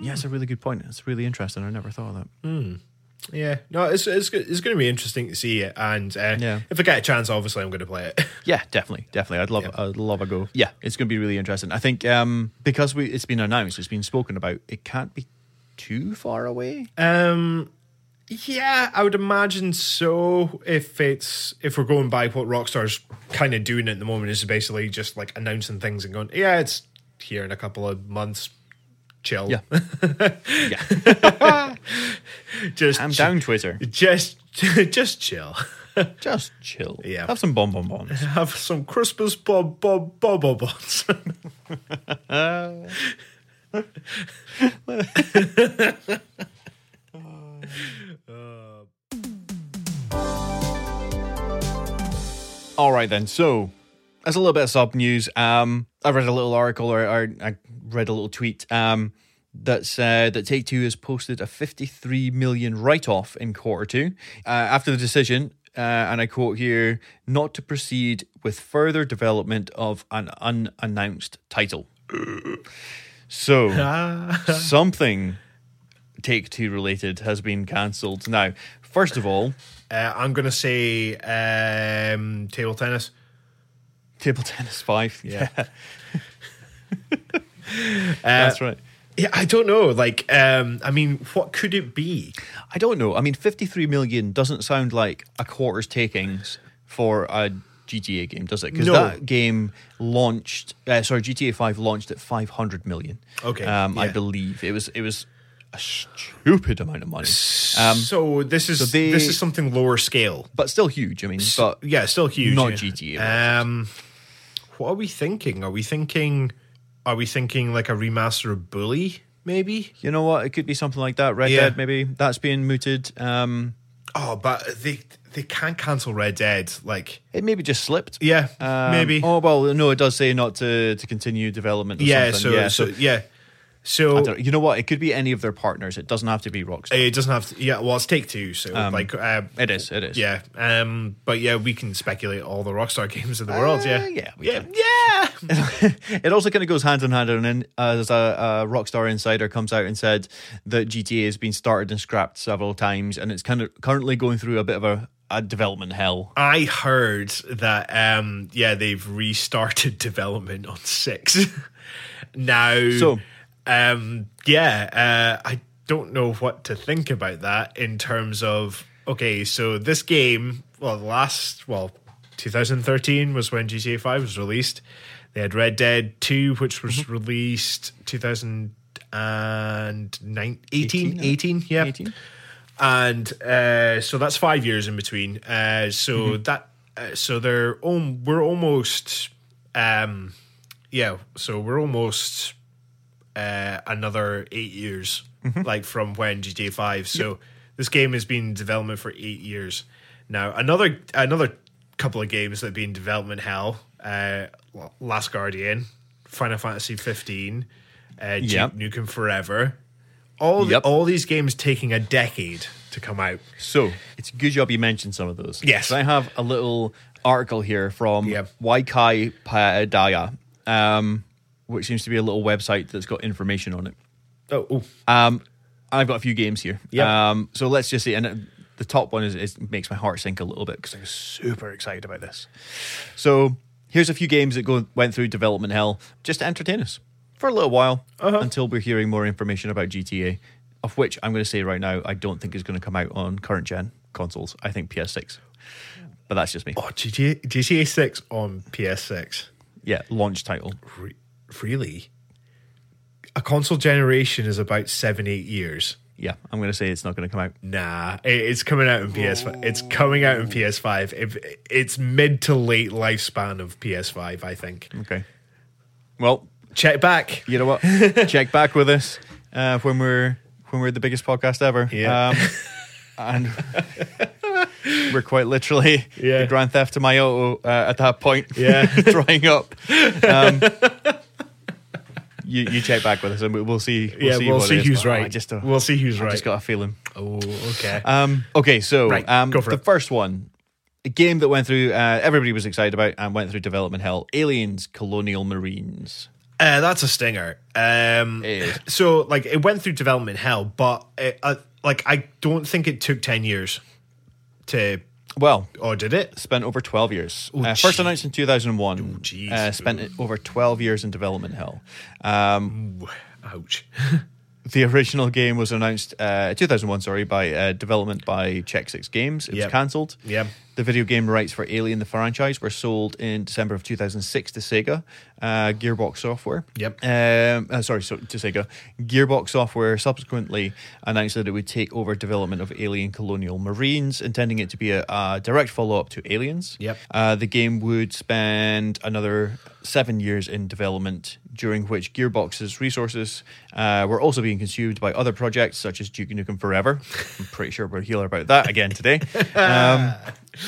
Speaker 1: yeah, it's a really good point. It's really interesting. I never thought of that.
Speaker 2: Yeah, no, it's it's go- it's going to be interesting to see it, and uh,
Speaker 1: Yeah.
Speaker 2: if I get a chance, obviously I'm going to play it.
Speaker 1: Yeah, definitely, definitely. I'd love, I'd love a go. Yeah, it's going to be really interesting. I think um, because we, it's been announced, it's been spoken about. It can't be too far away.
Speaker 2: um, yeah, I would imagine so. If it's if we're going by what Rockstar's kind of doing at the moment is basically just like announcing things and going, yeah, it's here in a couple of months. Chill.
Speaker 1: Yeah. Yeah,
Speaker 2: just
Speaker 1: I'm
Speaker 2: chi-
Speaker 1: down Twitter.
Speaker 2: Just just chill.
Speaker 1: Just chill.
Speaker 2: Yeah.
Speaker 1: have some bon bon bons.
Speaker 2: Have some Christmas bob bob bob bonbons.
Speaker 1: All right then. So, as a little bit of sub news, um, I read a little article or, or I read a little tweet um, that said that Take Two has posted a 53 million write off in quarter two uh, after the decision. Uh, and I quote here, not to proceed with further development of an unannounced title. So, something Take Two related has been cancelled. Now, first of all,
Speaker 2: uh, I'm going to say um, table tennis.
Speaker 1: Table Tennis 5. Yeah,
Speaker 2: Uh,
Speaker 1: that's right.
Speaker 2: Yeah, I don't know. Like, um, I mean, what could it be?
Speaker 1: I don't know. I mean, 53 million doesn't sound like a quarter's takings for a GTA game, does it? Because
Speaker 2: No.
Speaker 1: that game launched, uh, sorry, GTA 5 launched at 500 million.
Speaker 2: Okay,
Speaker 1: Um, I
Speaker 2: yeah.
Speaker 1: believe it was it was a stupid amount of money, um,
Speaker 2: so this is
Speaker 1: they-
Speaker 2: this is something lower scale,
Speaker 1: but still huge. I mean, but
Speaker 2: yeah, still huge.
Speaker 1: Not
Speaker 2: yeah.
Speaker 1: GTA
Speaker 2: Um, what are we thinking? Are we thinking? Are we thinking like a remaster of Bully? Maybe.
Speaker 1: you know what? It could be something like that. Red
Speaker 2: Yeah.
Speaker 1: Dead, maybe that's being mooted. Um,
Speaker 2: Oh, but they they can't cancel Red Dead. Like,
Speaker 1: it maybe just slipped.
Speaker 2: yeah,
Speaker 1: Um,
Speaker 2: maybe.
Speaker 1: Oh well, no, it does say not to to continue development. Or
Speaker 2: yeah,
Speaker 1: something.
Speaker 2: so, so yeah, so
Speaker 1: I don't- you know what? It could be any of their partners. It doesn't have to be Rockstar.
Speaker 2: it doesn't have to. Yeah, well, it's take two. So
Speaker 1: Um,
Speaker 2: like, uh,
Speaker 1: It is. It is.
Speaker 2: Yeah. Um, but yeah, we can speculate all the Rockstar games in the world. Yeah.
Speaker 1: Uh, yeah, we
Speaker 2: Yeah.
Speaker 1: can.
Speaker 2: yeah.
Speaker 1: It also kind of goes hand in hand, and then as a, a Rockstar insider comes out and said that GTA has been started and scrapped several times, and it's kind of currently going through a bit of a, a development hell.
Speaker 2: I heard that um yeah, they've restarted development on six. now
Speaker 1: So-
Speaker 2: um yeah, uh I don't know what to think about that in terms of okay, so this game, well the last well, 2013 was when GTA 5 was released. They had Red Dead 2 which was released 2018 18, 18 yeah
Speaker 1: 18?
Speaker 2: and uh, so that's five years in between. Uh, so that uh, so they're om- we're almost um, yeah. So we're almost uh, another eight years, like from when GTA Five. So this game has been in development for eight years now. Another another couple of games that have been in development hell. Uh, L- Last Guardian, Final Fantasy Fifteen, uh, Duke
Speaker 1: Yep.
Speaker 2: Nukem Forever. All the,
Speaker 1: Yep.
Speaker 2: all these games taking a decade to come out.
Speaker 1: So it's a good job you mentioned some of those.
Speaker 2: Yes.
Speaker 1: So I have a little article here from
Speaker 2: Yep.
Speaker 1: Waikai Padaya, um, which seems to be a little website that's got information on it.
Speaker 2: Oh, oh.
Speaker 1: Um, I've got a few games here.
Speaker 2: Yep.
Speaker 1: Um, so let's just see. And uh, the top one is, is makes my heart sink a little bit because I was super excited about this. So here's a few games that go, went through development hell just to entertain us for a little while until we're hearing more information about GTA, of which I'm going to say right now I don't think is going to come out on current gen consoles. I think PS6. But that's just me.
Speaker 2: oh GTA, GTA 6 on PS6.
Speaker 1: Yeah, launch title.
Speaker 2: Re- really? A console generation is about seven, eight years.
Speaker 1: Yeah, I'm going to say it's not going to come out.
Speaker 2: Nah, it- it's coming out in PS5. It's coming out in PS5. If it's mid to late lifespan of PS5, I think.
Speaker 1: Okay. Well,
Speaker 2: Check back.
Speaker 1: you know what? Check back with us uh, when we're when we're the biggest podcast ever.
Speaker 2: Yeah.
Speaker 1: Um, and we're quite literally
Speaker 2: Yeah.
Speaker 1: the Grand Theft to my auto uh, at that point.
Speaker 2: Yeah.
Speaker 1: drying up. Um, you you check back with us and we- we'll see. We'll
Speaker 2: yeah,
Speaker 1: see
Speaker 2: we'll
Speaker 1: what it
Speaker 2: see
Speaker 1: is.
Speaker 2: who's
Speaker 1: But
Speaker 2: right.
Speaker 1: I just, uh,
Speaker 2: we'll see who's
Speaker 1: I
Speaker 2: right.
Speaker 1: just got a feeling.
Speaker 2: oh, okay.
Speaker 1: Um, okay, so
Speaker 2: Right,
Speaker 1: um,
Speaker 2: go for
Speaker 1: the
Speaker 2: it.
Speaker 1: first one, a game that went through uh, everybody was excited about and went through development hell: Aliens, Colonial Marines.
Speaker 2: Uh, that's a stinger. Um,
Speaker 1: It is.
Speaker 2: so like it went through development hell, but it, uh, like I don't think it took ten years to,
Speaker 1: Well,
Speaker 2: or did it?
Speaker 1: spent over 12 years. Uh,
Speaker 2: Oh, gee. Oh,
Speaker 1: first announced in 2001.
Speaker 2: jeez.
Speaker 1: uh, spent it over 12 years in development hell. Um,
Speaker 2: Ouch.
Speaker 1: the original game was announced uh, 2001, sorry, by uh, development by Check Six Games. It
Speaker 2: Yep.
Speaker 1: was cancelled.
Speaker 2: Yep.
Speaker 1: The video game rights for Alien the franchise were sold in December of 2006 to Sega, uh, Gearbox Software.
Speaker 2: Yep.
Speaker 1: Um, uh, sorry, so, to Sega. Gearbox Software subsequently announced that it would take over development of Alien Colonial Marines, intending it to be a, a direct follow up to Aliens.
Speaker 2: Yep.
Speaker 1: Uh, the game would spend another seven years in development, during which Gearbox's resources uh, were also being consumed by other projects such as Duke Nukem Forever. I'm pretty sure we'll hear about that again today, um,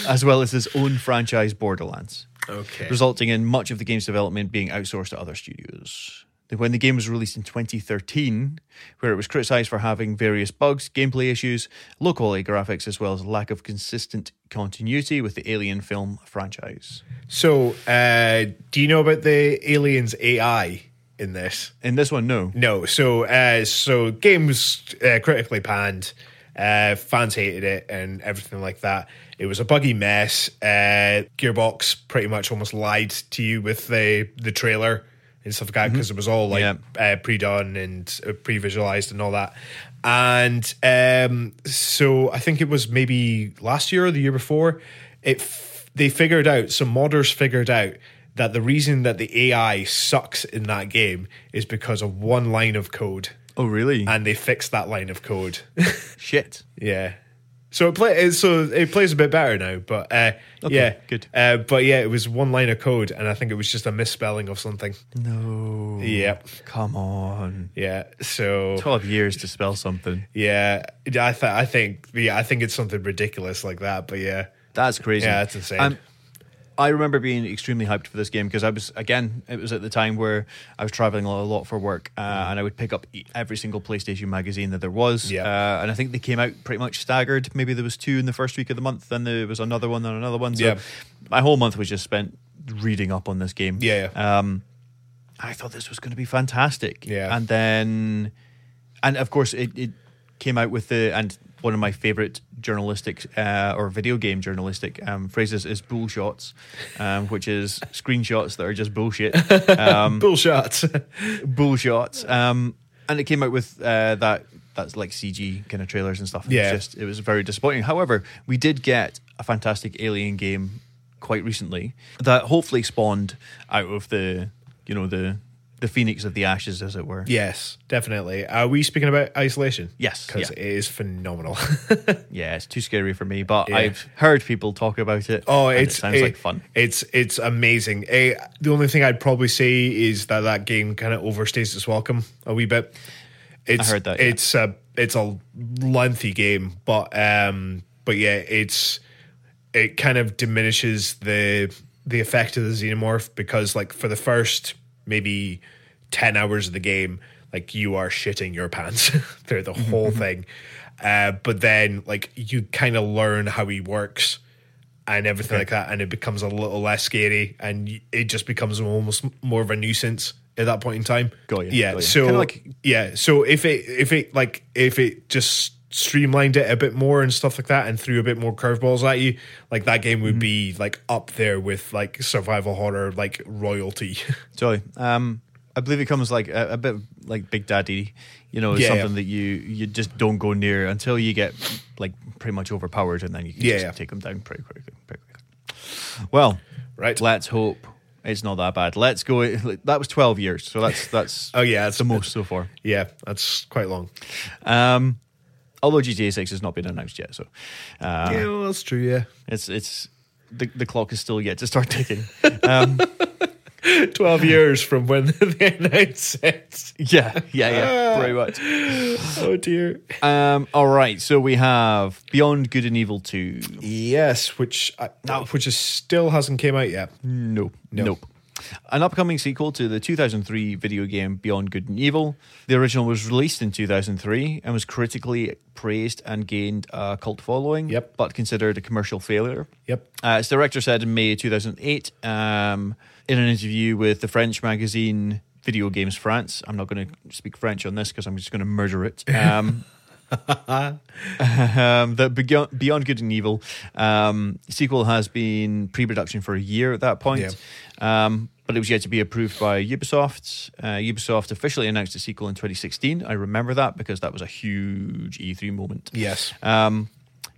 Speaker 1: as well as his own franchise Borderlands
Speaker 2: Okay.
Speaker 1: resulting in much of the game's development being outsourced to other studios. When the game was released in 2013, where it was criticized for having various bugs, gameplay issues, low quality graphics, as well as lack of consistent continuity with the Alien film franchise.
Speaker 2: So, uh, do you know about the aliens AI in this?
Speaker 1: In this one, no.
Speaker 2: No. So, uh, so games uh, critically panned. Uh, fans hated it and everything like that. It was a buggy mess. Uh, Gearbox pretty much almost lied to you with the the trailer and stuff like that because it was all like
Speaker 1: Mm-hmm. Yeah.
Speaker 2: uh, pre done and uh, pre visualized and all that. And um, so I think it was maybe last year or the year before. It f- they figured out some modders figured out that the reason that the AI sucks in that game is because of one line of code,
Speaker 1: Oh, really?
Speaker 2: and they fixed that line of code.
Speaker 1: Shit.
Speaker 2: Yeah. So it play so it plays a bit better now, but uh,
Speaker 1: Okay,
Speaker 2: yeah,
Speaker 1: good.
Speaker 2: Uh, but yeah, it was one line of code, and I think it was just a misspelling of something.
Speaker 1: No.
Speaker 2: Yeah,
Speaker 1: Come on.
Speaker 2: yeah. So
Speaker 1: 12 years to spell something.
Speaker 2: yeah, I th- I think yeah, I think it's something ridiculous like that. But yeah,
Speaker 1: That's crazy.
Speaker 2: Yeah, that's insane.
Speaker 1: I remember being extremely hyped for this game because I was again. It was at the time where I was traveling a lot for work, uh, and I would pick up e- every single PlayStation magazine that there was.
Speaker 2: Mm-hmm. Yeah.
Speaker 1: Uh, and I think they came out pretty much staggered. Maybe there was two in the first week of the month, then there was another one, then another one. So
Speaker 2: Yeah.
Speaker 1: my whole month was just spent reading up on this game.
Speaker 2: Yeah,
Speaker 1: Um, I thought this was going to be fantastic.
Speaker 2: Yeah.
Speaker 1: And then, and of course, it, it came out with the and one of my favorite journalistic uh, or video game journalistic um, phrases is bullshots, um, which is screenshots that are just bullshit. Um,
Speaker 2: Bullshot.
Speaker 1: bullshots. Um, and it came out with uh, that that's like CG kind of trailers and stuff.
Speaker 2: Yeah.
Speaker 1: It was just it was very disappointing. However, we did get a fantastic alien game quite recently that hopefully spawned out of the you know the the phoenix of the ashes, as it were.
Speaker 2: yes, definitely. Are we speaking about isolation?
Speaker 1: Yes,
Speaker 2: Because
Speaker 1: yeah.
Speaker 2: it is phenomenal.
Speaker 1: Yeah, it's too scary for me, but
Speaker 2: Yeah.
Speaker 1: I've heard people talk about it.
Speaker 2: Oh,
Speaker 1: and
Speaker 2: it's,
Speaker 1: it sounds
Speaker 2: it-
Speaker 1: like fun.
Speaker 2: It's it's amazing. Eh, the only thing I'd probably say is that that game kind of overstays its welcome a wee bit. It's,
Speaker 1: heard that, yeah.
Speaker 2: It's a it's a lengthy game, but um, but yeah, it's it kind of diminishes the the effect of the xenomorph because like for the first maybe 10 hours of the game like you are shitting your pants through the
Speaker 1: Mm-hmm,
Speaker 2: whole thing uh, but then like you kind of learn how he works and everything like that and it becomes a little less scary and y- it just becomes almost more of a nuisance at that point in time
Speaker 1: Got you,
Speaker 2: yeah
Speaker 1: got you.
Speaker 2: so
Speaker 1: Kinda like-
Speaker 2: yeah so if it if it like if it just streamlined it a bit more and stuff like that and threw a bit more curveballs at you like that game would be like up there with like survival horror like royalty
Speaker 1: Sorry. Um, I believe it comes like a, a bit like Big Daddy. You know, it's
Speaker 2: Yeah, yeah.
Speaker 1: something that you you just don't go near until you get like pretty much overpowered, and then you can
Speaker 2: Yeah,
Speaker 1: just
Speaker 2: yeah.
Speaker 1: take them down pretty quickly. Pretty quickly. Well,
Speaker 2: Right.
Speaker 1: Let's hope it's not that bad. Let's go. That was twelve years, so that's that's
Speaker 2: oh yeah that's
Speaker 1: the most so far.
Speaker 2: yeah that's quite long
Speaker 1: Um, although GTA Six has not been announced yet, so uh,
Speaker 2: yeah well, that's true yeah
Speaker 1: it's it's. The, the clock is still yet to start ticking.
Speaker 2: 12 years from when they announced it
Speaker 1: Yeah, yeah, yeah, pretty much.
Speaker 2: oh dear
Speaker 1: Um, all right, so we have Beyond Good and Evil 2.
Speaker 2: E- yes which I, Mm. which is still hasn't came out yet
Speaker 1: Nope. Nope. An upcoming sequel to the 2003 video game Beyond Good and Evil. The original was released in 2003 and was critically praised and gained a cult following,
Speaker 2: Yep.
Speaker 1: but considered a commercial failure.
Speaker 2: Yep.
Speaker 1: Uh, its director said in May 2008 um, in an interview with the French magazine Video Games France. I'm not going to speak French on this because I'm just going to murder it. Um, um, that Beyond, Beyond Good and Evil um, sequel has been pre-production for a year at that point, um, but it was yet to be approved by Ubisoft. Uh, Ubisoft officially announced a sequel in 2016. I remember that because that was a huge E3 moment.
Speaker 2: yes
Speaker 1: Um,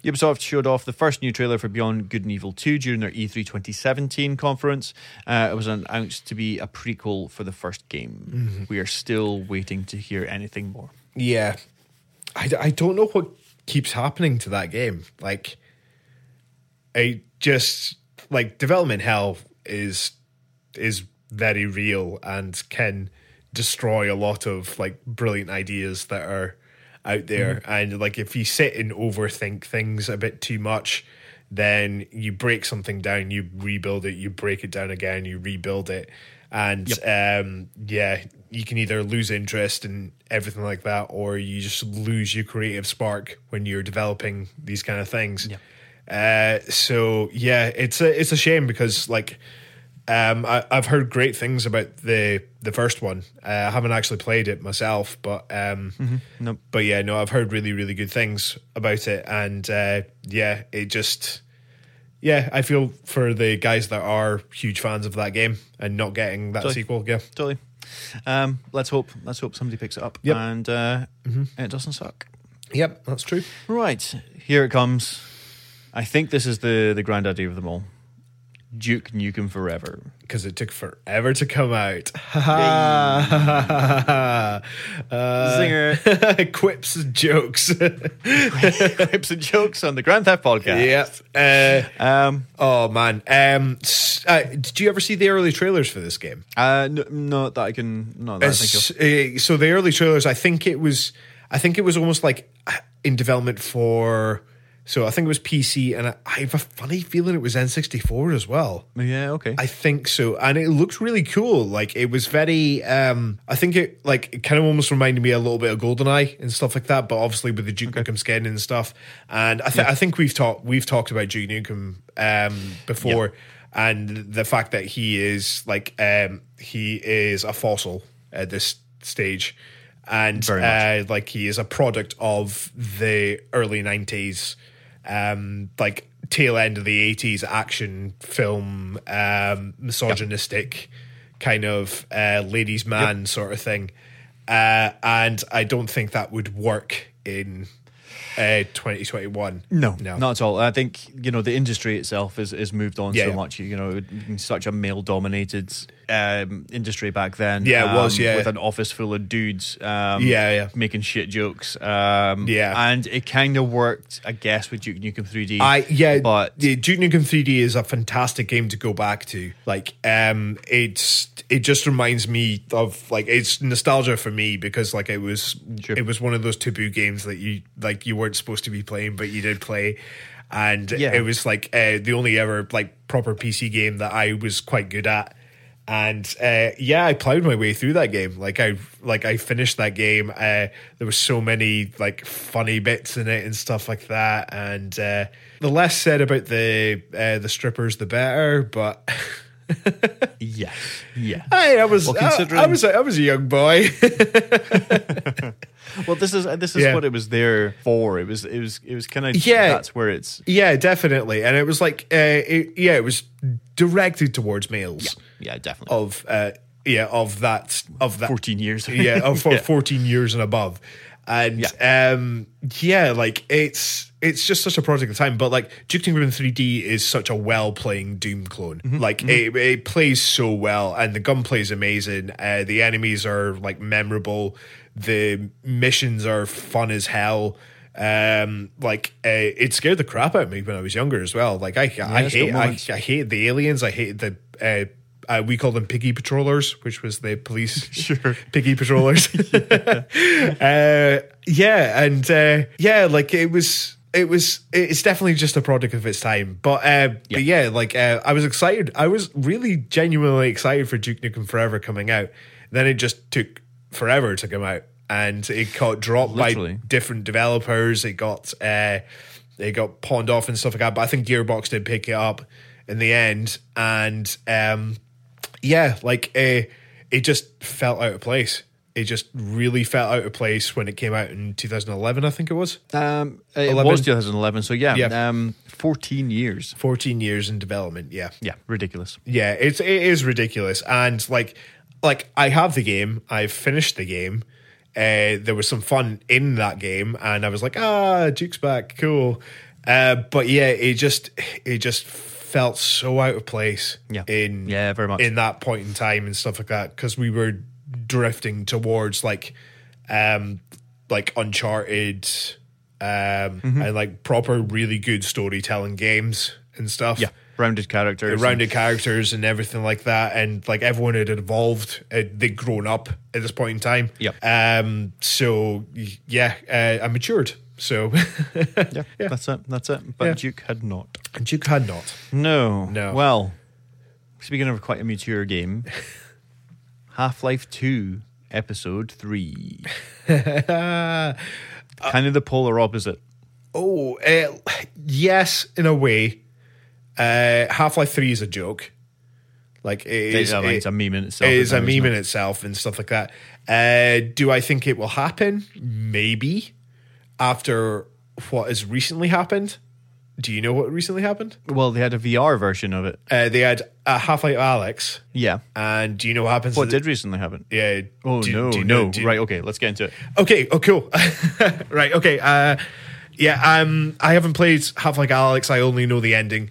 Speaker 1: Ubisoft showed off the first new trailer for Beyond Good and Evil 2 during their E E3 2017 conference. Uh, it was announced to be a prequel for the first game. We are still waiting to hear anything more.
Speaker 2: Yeah. I, d- I don't know what keeps happening to that game. Like, I just, like, development hell is, is very real and can destroy a lot of, like, brilliant ideas that are out there. And, like, if you sit and overthink things a bit too much, then you break something down, you rebuild it, you break it down again, you rebuild it. And um, yeah, you can either lose interest in everything like that, or you just lose your creative spark when you're developing these kind of things. Uh, so yeah, it's a it's a shame because like um, I, I've heard great things about the the first one. Uh, I haven't actually played it myself, but um,
Speaker 1: Nope.
Speaker 2: but yeah, no, I've heard really really good things about it, and uh, yeah, it just yeah, I feel for the guys that are huge fans of that game and not getting that
Speaker 1: Totally.
Speaker 2: sequel. Yeah,
Speaker 1: Totally. Um, let's hope. Let's hope somebody picks it up
Speaker 2: Yep. Mm-hmm.
Speaker 1: and uh, it doesn't suck.
Speaker 2: yep, that's true.
Speaker 1: Right here it comes. I think this is the the granddaddy of them all. Duke Nukem Forever.
Speaker 2: Because it took forever to come out. Ha ha. uh,
Speaker 1: Singer
Speaker 2: quips and jokes.
Speaker 1: quips and jokes on the Grand Theft podcast.
Speaker 2: yep. Uh,
Speaker 1: Um,
Speaker 2: Oh man, um, s- uh, did you ever see the early trailers for this game?
Speaker 1: uh, no, not that I can. Not that I think. of.
Speaker 2: S- uh, so the early trailers, I think it was, I think it was almost like uh, in development for. So I think it was PC, and I, I have a funny feeling it was N64 as well.
Speaker 1: Yeah. Okay.
Speaker 2: I think so, and it looked really cool. Like it was very, um, I think it like it kind of almost reminded me a little bit of Goldeneye and stuff like that, but obviously with the Duke Nukem skin and stuff. And I, th- I think we've talked we've talked about Duke Nukem um, before, and the fact that he is like um, he is a fossil at this stage. and
Speaker 1: Very much.
Speaker 2: uh, like he is a product of the early nineties, um, like tail end of the eighties action film, um, misogynistic kind of uh, ladies' man sort of thing, uh, and I don't think that would work in uh, twenty twenty one.
Speaker 1: No,
Speaker 2: no,
Speaker 1: not at all. I think you know the industry itself is is moved on
Speaker 2: Yeah,
Speaker 1: so
Speaker 2: yeah.
Speaker 1: much. You know, it was such a male dominated um, industry back then.
Speaker 2: Yeah, it was,
Speaker 1: um,
Speaker 2: yeah.
Speaker 1: with an office full of dudes. Um,
Speaker 2: Yeah, yeah.
Speaker 1: making shit jokes. Um,
Speaker 2: Yeah.
Speaker 1: and it kind of worked, I guess, with Duke Nukem 3D.
Speaker 2: I yeah,
Speaker 1: but
Speaker 2: yeah, Duke Nukem 3D is a fantastic game to go back to. Like, um, it's it just reminds me of like it's nostalgia for me because like it was
Speaker 1: Sure.
Speaker 2: it was one of those taboo games that you like you weren't supposed to be playing but you did play, and
Speaker 1: Yeah.
Speaker 2: it was like uh, the only ever like proper PC game that I was quite good at. And uh, yeah, I plowed my way through that game. Like I, like I finished that game. Uh, there were so many like funny bits in it and stuff like that. And uh, the less said about the uh, the strippers, the better. But
Speaker 1: yeah, yeah.
Speaker 2: I, I was,
Speaker 1: Well,
Speaker 2: I-
Speaker 1: considering-
Speaker 2: I, was, a- I was a young boy.
Speaker 1: Well, this is this is
Speaker 2: Yeah.
Speaker 1: what it was there for. It was it was it was kind of
Speaker 2: Yeah.
Speaker 1: That's where it's
Speaker 2: yeah, definitely. And it was like, uh, it, yeah, it was directed towards males
Speaker 1: yeah, definitely.
Speaker 2: of, uh, yeah, of that, of that
Speaker 1: 14 years.
Speaker 2: yeah, of for 14 years and above. And yeah. um yeah, like it's it's just such a project of time, but like Duke Nukem 3D is such a well playing Doom clone. Like It, it plays so well, and the gunplay is amazing. Uh, the enemies are like memorable. The missions are fun as hell. Um, like uh, it scared the crap out of me when I was younger as well. Like I, I
Speaker 1: it's got
Speaker 2: hate, I,
Speaker 1: moments.
Speaker 2: I hated the aliens. I hated the. Uh, uh, we call them piggy patrollers, which was the police. Sure, piggy patrollers. yeah. Uh, yeah, and uh, yeah, like it was. It was. It's definitely just a product of its time. But uh, but yeah, like uh, I was excited. I was really genuinely excited for Duke Nukem Forever coming out. Then it just took forever to come out, and it got dropped
Speaker 1: Literally.
Speaker 2: by different developers. It got uh, it got pawned off and stuff like that. But I think Gearbox did pick it up in the end, and um, yeah, like uh, it just felt out of place. It just really felt out of place when it came out in 2011. I think it was
Speaker 1: Um, it
Speaker 2: 11.
Speaker 1: was 2011. So yeah,
Speaker 2: Yeah.
Speaker 1: um, 14 years.
Speaker 2: 14 years in development. Yeah,
Speaker 1: Yeah, ridiculous.
Speaker 2: yeah, it's it is ridiculous, and like like I have the game, I've finished the game. Uh, there was some fun in that game, and I was like, ah, Duke's back, cool. Uh, but yeah, it just it just felt so out of place.
Speaker 1: Yeah.
Speaker 2: in
Speaker 1: Yeah, very much.
Speaker 2: in that point in time and stuff like that because we were drifting towards like um like Uncharted um
Speaker 1: Mm-hmm.
Speaker 2: and like proper really good storytelling games and stuff.
Speaker 1: Yeah, rounded characters.
Speaker 2: Rounded characters and everything like that, and like everyone had evolved, uh, they'd grown up at this point in time.
Speaker 1: Yep.
Speaker 2: Um. So y- yeah, uh, I matured. So
Speaker 1: Yeah, that's it. That's it. But
Speaker 2: Yeah.
Speaker 1: Duke had not.
Speaker 2: Duke had not.
Speaker 1: No.
Speaker 2: No.
Speaker 1: Well, speaking of quite a mature game, Half Life 2, Episode 3.
Speaker 2: Uh,
Speaker 1: kind of the polar opposite.
Speaker 2: Oh, uh, yes, in a way. Uh, Half Life Three is a joke. Like it is,
Speaker 1: I mean,
Speaker 2: it-
Speaker 1: it's a meme in itself.
Speaker 2: it is a
Speaker 1: isn't it?
Speaker 2: meme in itself and stuff like that. Uh, do I think it will happen? Maybe. After what has recently happened, do you know what recently happened?
Speaker 1: Well, they had a VR version of it.
Speaker 2: Uh, they had uh, Half Life Alex,
Speaker 1: Yeah.
Speaker 2: and do you know what happens?
Speaker 1: What
Speaker 2: to
Speaker 1: did recently happen?
Speaker 2: the- yeah?
Speaker 1: Oh,
Speaker 2: do-
Speaker 1: no,
Speaker 2: do you know-
Speaker 1: no.
Speaker 2: do you-
Speaker 1: right, okay, let's get into it.
Speaker 2: Okay. Oh, cool. right. Okay. Uh, yeah. Um, I haven't played Half Life Alex. I only know the ending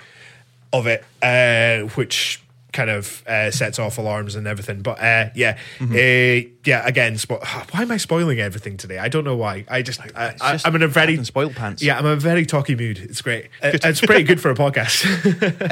Speaker 2: of it, uh, which kind of uh, sets off alarms and everything. But uh, yeah,
Speaker 1: Mm-hmm.
Speaker 2: uh, yeah. Again, spo- why am I spoiling everything today? I don't know why. I just, I, I,
Speaker 1: just
Speaker 2: I'm in a very
Speaker 1: fucking spoiled pants.
Speaker 2: Yeah, I'm in a very talky mood. It's great. Uh, it's pretty good for a podcast.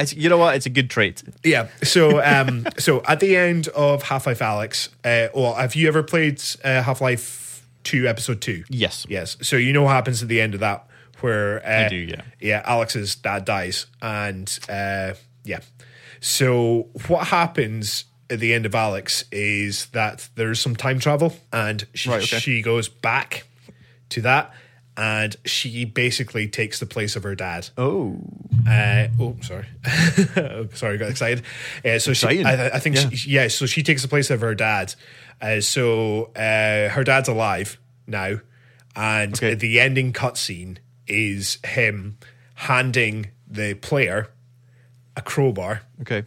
Speaker 1: It's, you know what? It's a good trait.
Speaker 2: Yeah. So, um, so at the end of Half Life Alex, uh, well, have you ever played uh, Half Life Two Episode Two?
Speaker 1: Yes.
Speaker 2: Yes. So you know what happens at the end of that, where uh,
Speaker 1: I do, yeah.
Speaker 2: yeah, Alex's dad dies, and uh, yeah. So what happens at the end of Alex is that there's some time travel, and she,
Speaker 1: Right, okay.
Speaker 2: she goes back to that, and she basically takes the place of her dad
Speaker 1: Oh.
Speaker 2: Uh, oh, sorry, Oh, sorry, got excited. Uh, so she,
Speaker 1: Exciting.
Speaker 2: I, I think,
Speaker 1: Yeah.
Speaker 2: She, yeah. So she takes the place of her dad. Uh, so uh, her dad's alive now, and
Speaker 1: Okay.
Speaker 2: the ending cutscene is him handing the player a crowbar
Speaker 1: Okay.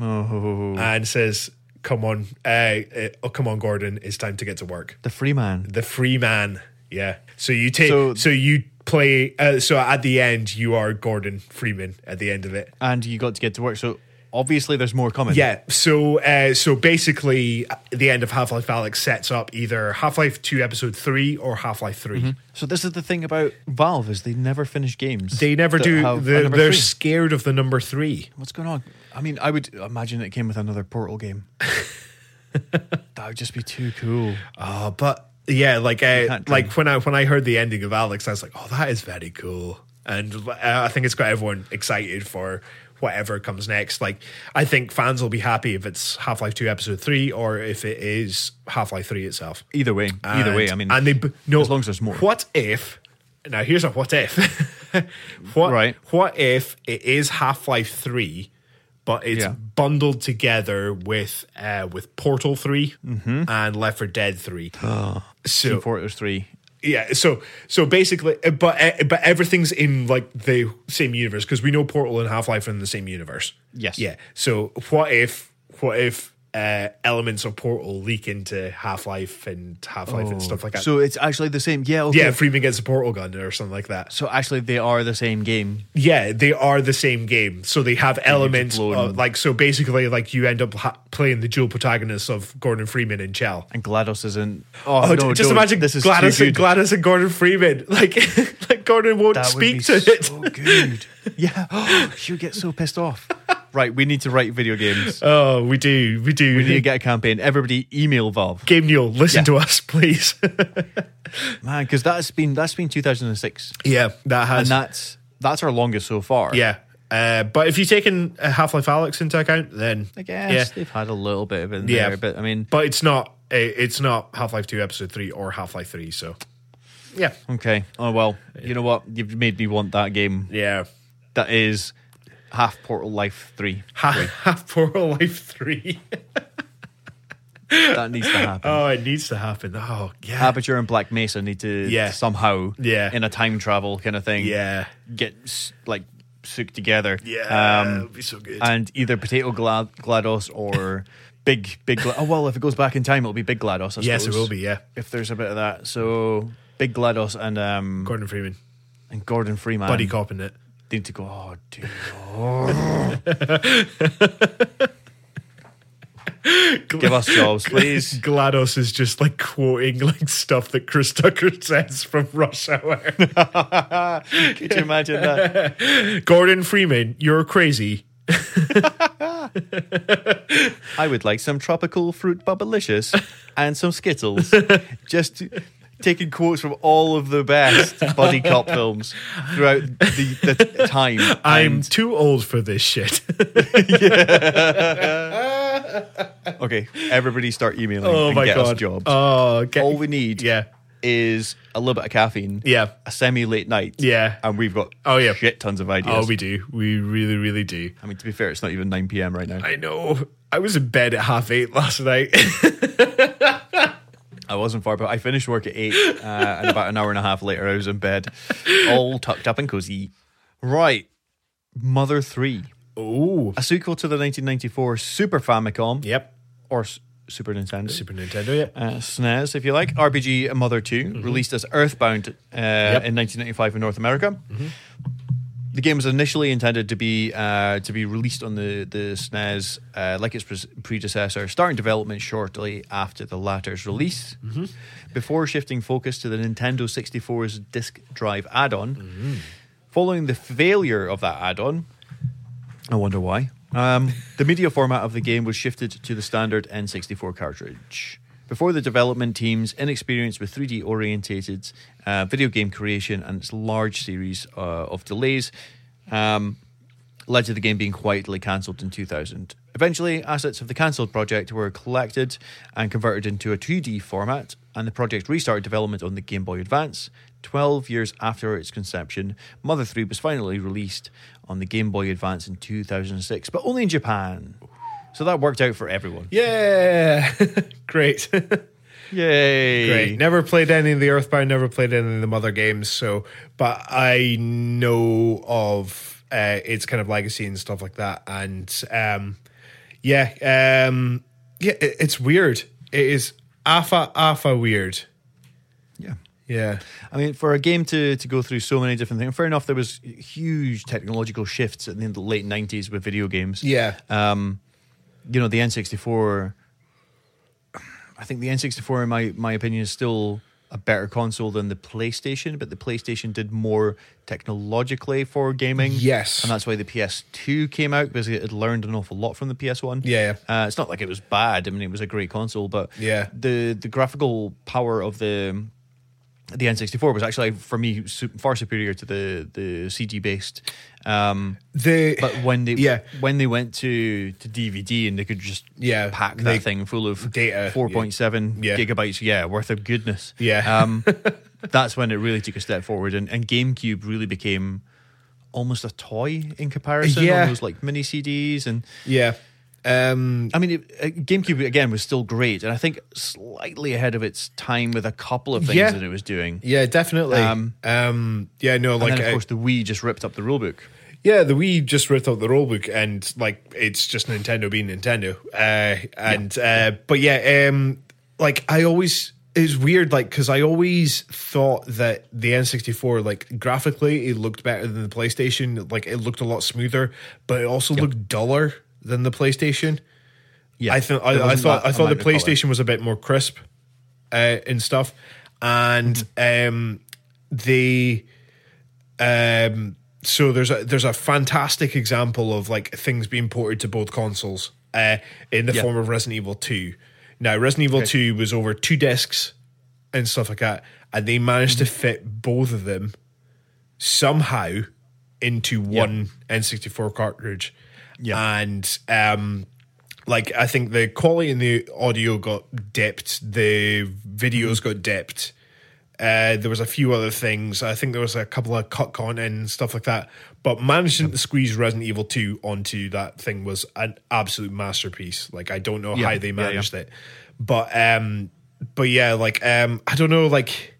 Speaker 1: Oh,
Speaker 2: and says, "Come on, uh, uh, oh, come on, Gordon, it's time to get to work."
Speaker 1: the free man.
Speaker 2: The free man. Yeah. So you take.
Speaker 1: So-
Speaker 2: So, you play. Uh, so at the end, you are Gordon Freeman. At the end of it.
Speaker 1: And you got to get to work. So obviously there's more coming.
Speaker 2: Yeah. So uh, so basically, uh, the end of Half Life Alex sets up either Half Life Two Episode Three or Half Life 3
Speaker 1: So this is the thing about Valve is they never finish games.
Speaker 2: They never
Speaker 1: that
Speaker 2: do.
Speaker 1: have a
Speaker 2: They're,
Speaker 1: number
Speaker 2: they're
Speaker 1: three.
Speaker 2: scared of the number three.
Speaker 1: What's going on? I mean, I would imagine it came with another Portal game. that would just be too cool.
Speaker 2: Uh, but yeah, like uh,
Speaker 1: can't
Speaker 2: like when I when I heard the ending of Alex, I was like, oh, that is very cool, and uh, I think it's got everyone excited for whatever comes next. Like, I think fans will be happy if it's Half Life Two Episode Three or if it is Half Life Three itself.
Speaker 1: Either way, either way.
Speaker 2: And-
Speaker 1: I mean,
Speaker 2: and they b- no,
Speaker 1: as long as there's more.
Speaker 2: What if? Now here's a what if. what
Speaker 1: Right.
Speaker 2: What if it is Half Life Three, but it's
Speaker 1: Yeah.
Speaker 2: bundled together with uh, with Portal 3
Speaker 1: Mm-hmm.
Speaker 2: and Left for Dead Three.
Speaker 1: Team
Speaker 2: so
Speaker 1: Fortress Three.
Speaker 2: yeah, so so basically, uh, but uh, but everything's in like the same universe because we know Portal and Half Life are in the same universe.
Speaker 1: Yes.
Speaker 2: Yeah. So what if what if uh, elements of Portal leak into Half Life and Half Life and stuff like that?
Speaker 1: Oh. So it's actually the same. Yeah. Okay.
Speaker 2: yeah, Freeman gets a portal gun or something like that.
Speaker 1: So actually, they are the same game.
Speaker 2: Yeah, they are the same game, so they have elements
Speaker 1: blown-
Speaker 2: of like so. Basically, like you end up ha- playing the dual protagonists of Gordon Freeman and Chell.
Speaker 1: And GLaDOS isn't. Oh,
Speaker 2: Oh,
Speaker 1: no,
Speaker 2: j- just
Speaker 1: don't.
Speaker 2: imagine
Speaker 1: this is
Speaker 2: Gladys
Speaker 1: too
Speaker 2: and
Speaker 1: good.
Speaker 2: Gladys and Gordon Freeman. Like, like Gordon won't
Speaker 1: That would be
Speaker 2: speak to it.
Speaker 1: so good. Yeah, she'll get so pissed off. Right, we need to write video games.
Speaker 2: Oh, we do, we do.
Speaker 1: we need to get a campaign. Everybody, email Valve,
Speaker 2: Game Newell, listen
Speaker 1: Yeah.
Speaker 2: to us, please.
Speaker 1: man, because that's been that's been 2006,
Speaker 2: yeah, that has.
Speaker 1: and that's that's our longest so far.
Speaker 2: yeah, uh, but if you've taken uh, Half Life Alex into account, then
Speaker 1: I guess they've had a little bit of it in
Speaker 2: Yeah.
Speaker 1: there, but I mean,
Speaker 2: But it's not. uh, It's not Half Life Two Episode Three or Half Life Three. So, yeah,
Speaker 1: okay. Oh well, you know what? You've made me want that game.
Speaker 2: yeah.
Speaker 1: That is half Portal Life Three.
Speaker 2: Half, half Portal Life Three.
Speaker 1: That needs to happen.
Speaker 2: oh, it needs to happen. Oh, yeah,
Speaker 1: Aperture and Black Mesa need to
Speaker 2: Yeah.
Speaker 1: somehow,
Speaker 2: Yeah.
Speaker 1: in a time travel kind of thing,
Speaker 2: yeah,
Speaker 1: get s- like souped together.
Speaker 2: yeah.
Speaker 1: Um,
Speaker 2: it'd be so good.
Speaker 1: and either Potato Glad- GLaDOS or Big Big. Gla- oh well, if it goes back in time, it'll be Big GLaDOS. I
Speaker 2: yes, it
Speaker 1: suppose,
Speaker 2: will be. Yeah,
Speaker 1: If there's a bit of that, so Big GLaDOS and um
Speaker 2: Gordon Freeman,
Speaker 1: and Gordon Freeman
Speaker 2: buddy copping it.
Speaker 1: they need to go. Oh dude, give us jobs, please.
Speaker 2: Glados is just like quoting like stuff that Chris Tucker says from Rush Hour.
Speaker 1: Could you imagine that?
Speaker 2: Gordon Freeman, you're crazy.
Speaker 1: I would like some tropical fruit bubblicious and some Skittles. Just taking quotes from all of the best buddy cop films throughout the, the time.
Speaker 2: I'm too old for this shit.
Speaker 1: Okay, everybody start emailing
Speaker 2: oh
Speaker 1: and
Speaker 2: my
Speaker 1: get
Speaker 2: god.
Speaker 1: us jobs.
Speaker 2: Oh, get,
Speaker 1: All we need
Speaker 2: yeah,
Speaker 1: is a little bit of caffeine,
Speaker 2: yeah,
Speaker 1: a semi late night,
Speaker 2: yeah.
Speaker 1: and we've got
Speaker 2: Oh, yeah.
Speaker 1: shit tons of ideas.
Speaker 2: Oh, we do. We really, really do.
Speaker 1: I mean, to be fair, it's not even 9 p.m. right now.
Speaker 2: I know. I was in bed at half eight last night.
Speaker 1: I wasn't far, but I finished work at 8, uh, and about an hour and a half later, I was in bed, all tucked up and cozy. Right, Mother 3,
Speaker 2: oh,
Speaker 1: a sequel to the 1994 Super Famicom,
Speaker 2: yep.
Speaker 1: or S- Super Nintendo.
Speaker 2: Super Nintendo. Yep.
Speaker 1: uh, SNES, if you like. RPG Mother 2, released as Earthbound uh, in 1995 in North America. The game was initially intended to be uh, to be released on the the SNES, uh, like its pre- predecessor, starting development shortly after the latter's release, before shifting focus to the Nintendo 64's disk drive add-on. Following the failure of that add-on, I wonder why. Um, the media format of the game was shifted to the standard N64 cartridge. Before the development team's inexperience with 3D orientated uh, video game creation and its large series uh, of delays um, led to the game being quietly cancelled in 2000. Eventually, assets of the cancelled project were collected and converted into a 2D format, and the project restarted development on the Game Boy Advance. 12 years after its conception, Mother 3 was finally released on the Game Boy Advance in 2006, but only in Japan. So that worked out for everyone.
Speaker 2: Yeah, great.
Speaker 1: Yay!
Speaker 2: Great. Never played any of the Earthbound, never played any of the Mother games. So, but I know of uh, its kind of legacy and stuff like that. And um, yeah, um, yeah, it, it's weird. It is alpha alpha weird.
Speaker 1: Yeah.
Speaker 2: Yeah,
Speaker 1: I mean, for a game to, to go through so many different things, fair enough, there was huge technological shifts in the late 90s with video games.
Speaker 2: yeah,
Speaker 1: um, you know, the N64. I think the N64, in my my opinion, is still a better console than the PlayStation, but the PlayStation did more technologically for gaming.
Speaker 2: Yes.
Speaker 1: and that's why the PS2 came out because it had learned an awful lot from the PS1.
Speaker 2: Yeah,
Speaker 1: Uh, it's not like it was bad. I mean, it was a great console, but
Speaker 2: Yeah.
Speaker 1: the the graphical power of the the N64 was actually for me su- far superior to the the CG based. Um,
Speaker 2: the
Speaker 1: but when they
Speaker 2: Yeah.
Speaker 1: when they went to to DVD and they could just
Speaker 2: Yeah,
Speaker 1: pack that
Speaker 2: they-
Speaker 1: thing full of
Speaker 2: data,
Speaker 1: four point seven
Speaker 2: yeah. Yeah.
Speaker 1: gigabytes yeah worth of goodness
Speaker 2: Yeah.
Speaker 1: um, that's when it really took a step forward and, and GameCube really became almost a toy in comparison
Speaker 2: Yeah.
Speaker 1: on those like mini CDs and
Speaker 2: yeah, um,
Speaker 1: I mean it, uh, GameCube again was still great and I think slightly ahead of its time with a couple of things
Speaker 2: Yeah.
Speaker 1: that it was doing
Speaker 2: yeah, definitely.
Speaker 1: Um,
Speaker 2: Um, yeah, no, like
Speaker 1: and then
Speaker 2: uh,
Speaker 1: of course the Wii just ripped up the rulebook
Speaker 2: Yeah, the Wii just ripped up the rulebook, and like it's just Nintendo being Nintendo. Uh, and uh, but yeah, um, like I always it's weird, like because I always thought that the N64, like graphically, it looked better than the PlayStation. Like it looked a lot smoother, but it also looked duller than the PlayStation.
Speaker 1: yeah
Speaker 2: I, th-
Speaker 1: there
Speaker 2: I, I
Speaker 1: wasn't
Speaker 2: thought
Speaker 1: that
Speaker 2: I thought the
Speaker 1: amount of colour.
Speaker 2: PlayStation was a bit more crisp uh, and stuff, and
Speaker 1: Mm-hmm.
Speaker 2: um, the um, so there's a there's a fantastic example of like things being ported to both consoles uh, in the
Speaker 1: Yeah.
Speaker 2: form of Resident Evil Two. Now Resident Evil Two was over two discs and stuff like that, and they managed
Speaker 1: Mm-hmm.
Speaker 2: to fit both of them somehow into one N64 cartridge.
Speaker 1: Yeah.
Speaker 2: And um like I think the quality in the audio got dipped, the videos got dipped. Uh, there was a few other things. I think there was a couple of cut content and stuff like that. But managing to squeeze Resident Evil 2 onto that thing was an absolute masterpiece. Like I don't know
Speaker 1: Yeah,
Speaker 2: how they
Speaker 1: yeah, yeah.
Speaker 2: managed it. But um but yeah, like um I don't know like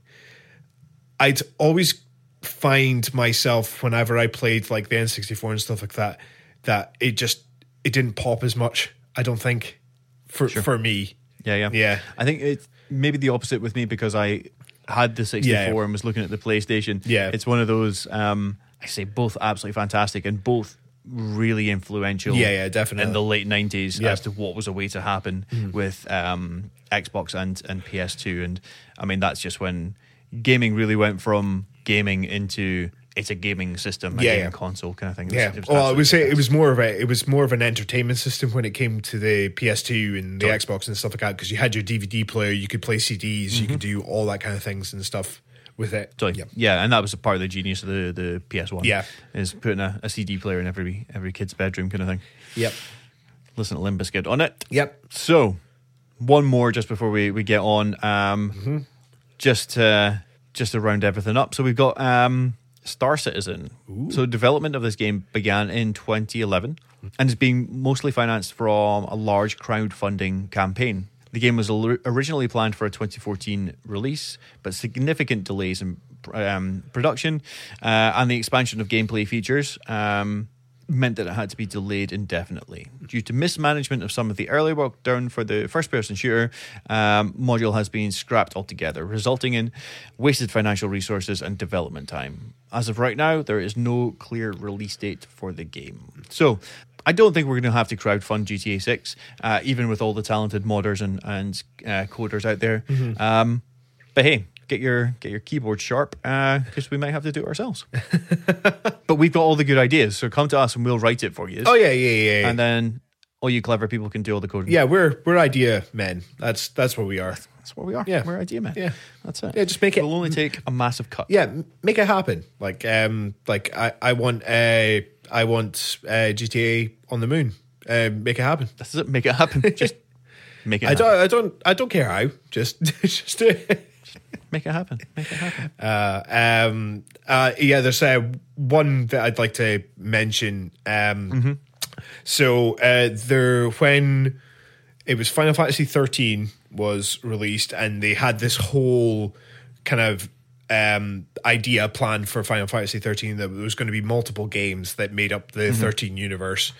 Speaker 2: I'd always find myself whenever I played like the N64 and stuff like that, that it just it didn't pop as much. I don't think for for me.
Speaker 1: Yeah, yeah,
Speaker 2: Yeah.
Speaker 1: I think it's maybe the opposite with me because I had the 64
Speaker 2: Yeah.
Speaker 1: and was looking at the PlayStation.
Speaker 2: Yeah.
Speaker 1: it's one of those. Um, I say both absolutely fantastic and both really influential.
Speaker 2: Yeah, yeah, definitely.
Speaker 1: In the late 90s,
Speaker 2: Yeah. Mm-hmm.
Speaker 1: as to what was a way to happen with um, Xbox and and PS2, and I mean that's just when gaming really went from gaming into it's a gaming system, a
Speaker 2: Yeah,
Speaker 1: gaming
Speaker 2: yeah.
Speaker 1: console kind of thing.
Speaker 2: Yeah. well, I would say it was more of a it was more of an entertainment system when it came to the PS2 and the Xbox and stuff like that because you had your DVD player, you could play CDs, you
Speaker 1: Mm-hmm.
Speaker 2: could do all that kind of things and stuff with it.
Speaker 1: Sorry.
Speaker 2: Yeah.
Speaker 1: Yeah, and that was a part of the genius of the, the PS1.
Speaker 2: Yeah.
Speaker 1: Is putting a, a CD player in every every kid's bedroom kind of thing.
Speaker 2: Yep.
Speaker 1: Listen to Limbiscuit on it.
Speaker 2: Yep.
Speaker 1: So, one more just before we, we get on. Um, Just uh, just to round everything up. So, we've got um, Star Citizen. So, development of this game began in 2011 and is being mostly financed from a large crowdfunding campaign. The game was al- originally planned for a 2014 release, but significant delays in um, production uh, and the expansion of gameplay features. Um, meant that it had to be delayed indefinitely due to mismanagement of some of the early work done for the first-person shooter um, module has been scrapped altogether resulting in wasted financial resources and development time as of right now there is no clear release date for the game so I don't think we're going to have to crowdfund GTA 6, uh, even with all the talented modders and, and uh, coders out there. Um, but hey, get your get your keyboard sharp because we might have to do it ourselves. But we've got all the good ideas, so come to us and we'll write it for you.
Speaker 2: Oh yeah, yeah, yeah. yeah.
Speaker 1: And then all you clever people can do all the coding.
Speaker 2: yeah, we're we're idea men. That's that's what we are.
Speaker 1: that's what we are.
Speaker 2: Yeah.
Speaker 1: we're idea men.
Speaker 2: Yeah.
Speaker 1: that's it.
Speaker 2: Yeah, just make it-
Speaker 1: We'll only take a massive cut.
Speaker 2: yeah, m- make it happen. Like, um, like I, I want, uh, I want uh, GTA on the moon. Uh, make it happen.
Speaker 1: that's it. Make it happen. just Make it
Speaker 2: I
Speaker 1: happen.
Speaker 2: don't, I don't, I don't care how. Just, just do it.
Speaker 1: Make it happen. Make it happen.
Speaker 2: Um, uh, yeah, there's uh, one that I'd like to mention. Um, So uh, there, when it was Final Fantasy 13 was released, and they had this whole kind of um, idea planned for Final Fantasy 13 that there was going to be multiple games that made up the 13 universe.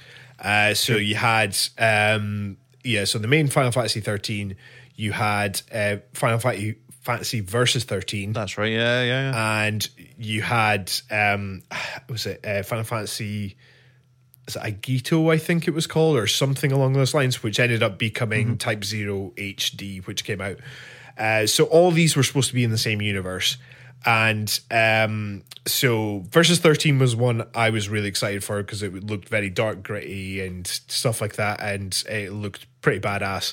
Speaker 2: Uh, so you had, um, yeah, so the main Final Fantasy 13, you had uh, Final Fantasy, Fantasy Versus 13
Speaker 1: That's right. Yeah, yeah,
Speaker 2: Uh,
Speaker 1: yeah.
Speaker 2: and you had um was it uh, Final Fantasy is it Agito I think it was called or something along those lines which ended up becoming Type 0 HD which came out uh, so all these were supposed to be in the same universe and um so versus 13 was one I was really excited for because it looked very dark gritty and stuff like that and it looked pretty badass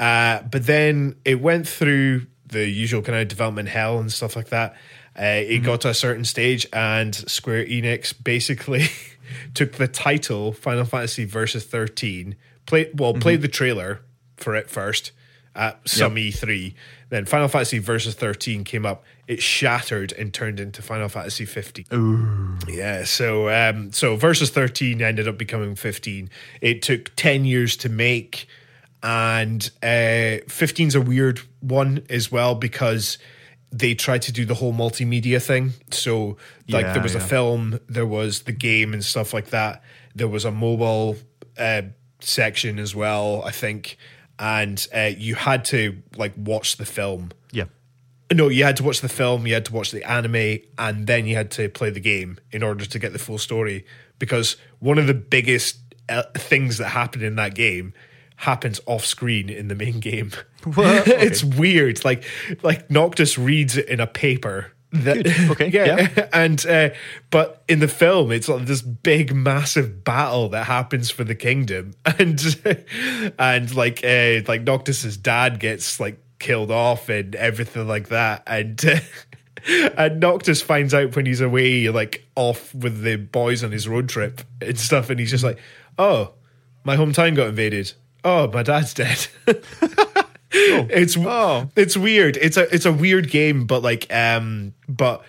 Speaker 2: uh, but then it went through the usual kind of development hell and stuff like that. Uh, it got to a certain stage, and Square Enix basically took the title Final Fantasy Versus 13, played well, played the trailer for it first at some E3. Then Final Fantasy Versus 13 came up. It shattered and turned into Final Fantasy 15. Yeah, so um, so versus thirteen ended up becoming fifteen. It took ten years to make, and uh, 15's a weird one as well because they tried to do the whole multimedia thing. So like
Speaker 1: Yeah,
Speaker 2: there was a
Speaker 1: yeah.
Speaker 2: film, there was the game and stuff like that. There was a mobile uh, section as well, I think, and uh, you had to like watch the film.
Speaker 1: yeah.
Speaker 2: No, you had to watch the film, you had to watch the anime, and then you had to play the game in order to get the full story. Because one of the biggest uh, things that happened in that game happens off screen in the main game.
Speaker 1: What?
Speaker 2: it's weird. Like, like Noctis reads it in a paper. That,
Speaker 1: Okay,
Speaker 2: and uh, but in the film, it's like this big, massive battle that happens for the kingdom, and and like uh, like Noctis's dad gets like killed off and everything like that, and. Uh, And Noctis finds out when he's away, like off with the boys on his road trip and stuff, and he's just like, "Oh, my hometown got invaded. Oh, my dad's dead." It's it's weird. It's a it's a weird game, but like um, but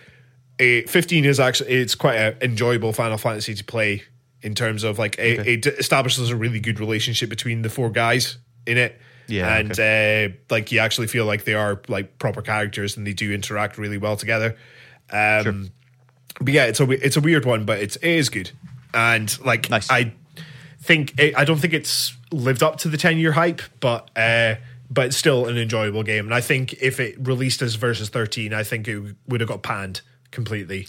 Speaker 2: eh, fifteen is actually it's quite an enjoyable Final Fantasy to play in terms of like it, it establishes a really good relationship between the four guys in it.
Speaker 1: Yeah,
Speaker 2: and uh, like you actually feel like they are like proper characters and they do interact really well together. Um, but yeah, it's a we- it's a weird one, but it's it is good, and like
Speaker 1: Nice.
Speaker 2: I think I I don't think it's lived up to the ten year hype, but uh, but it's still an enjoyable game, and I think if it released as versus thirteen, I think it would have got panned completely.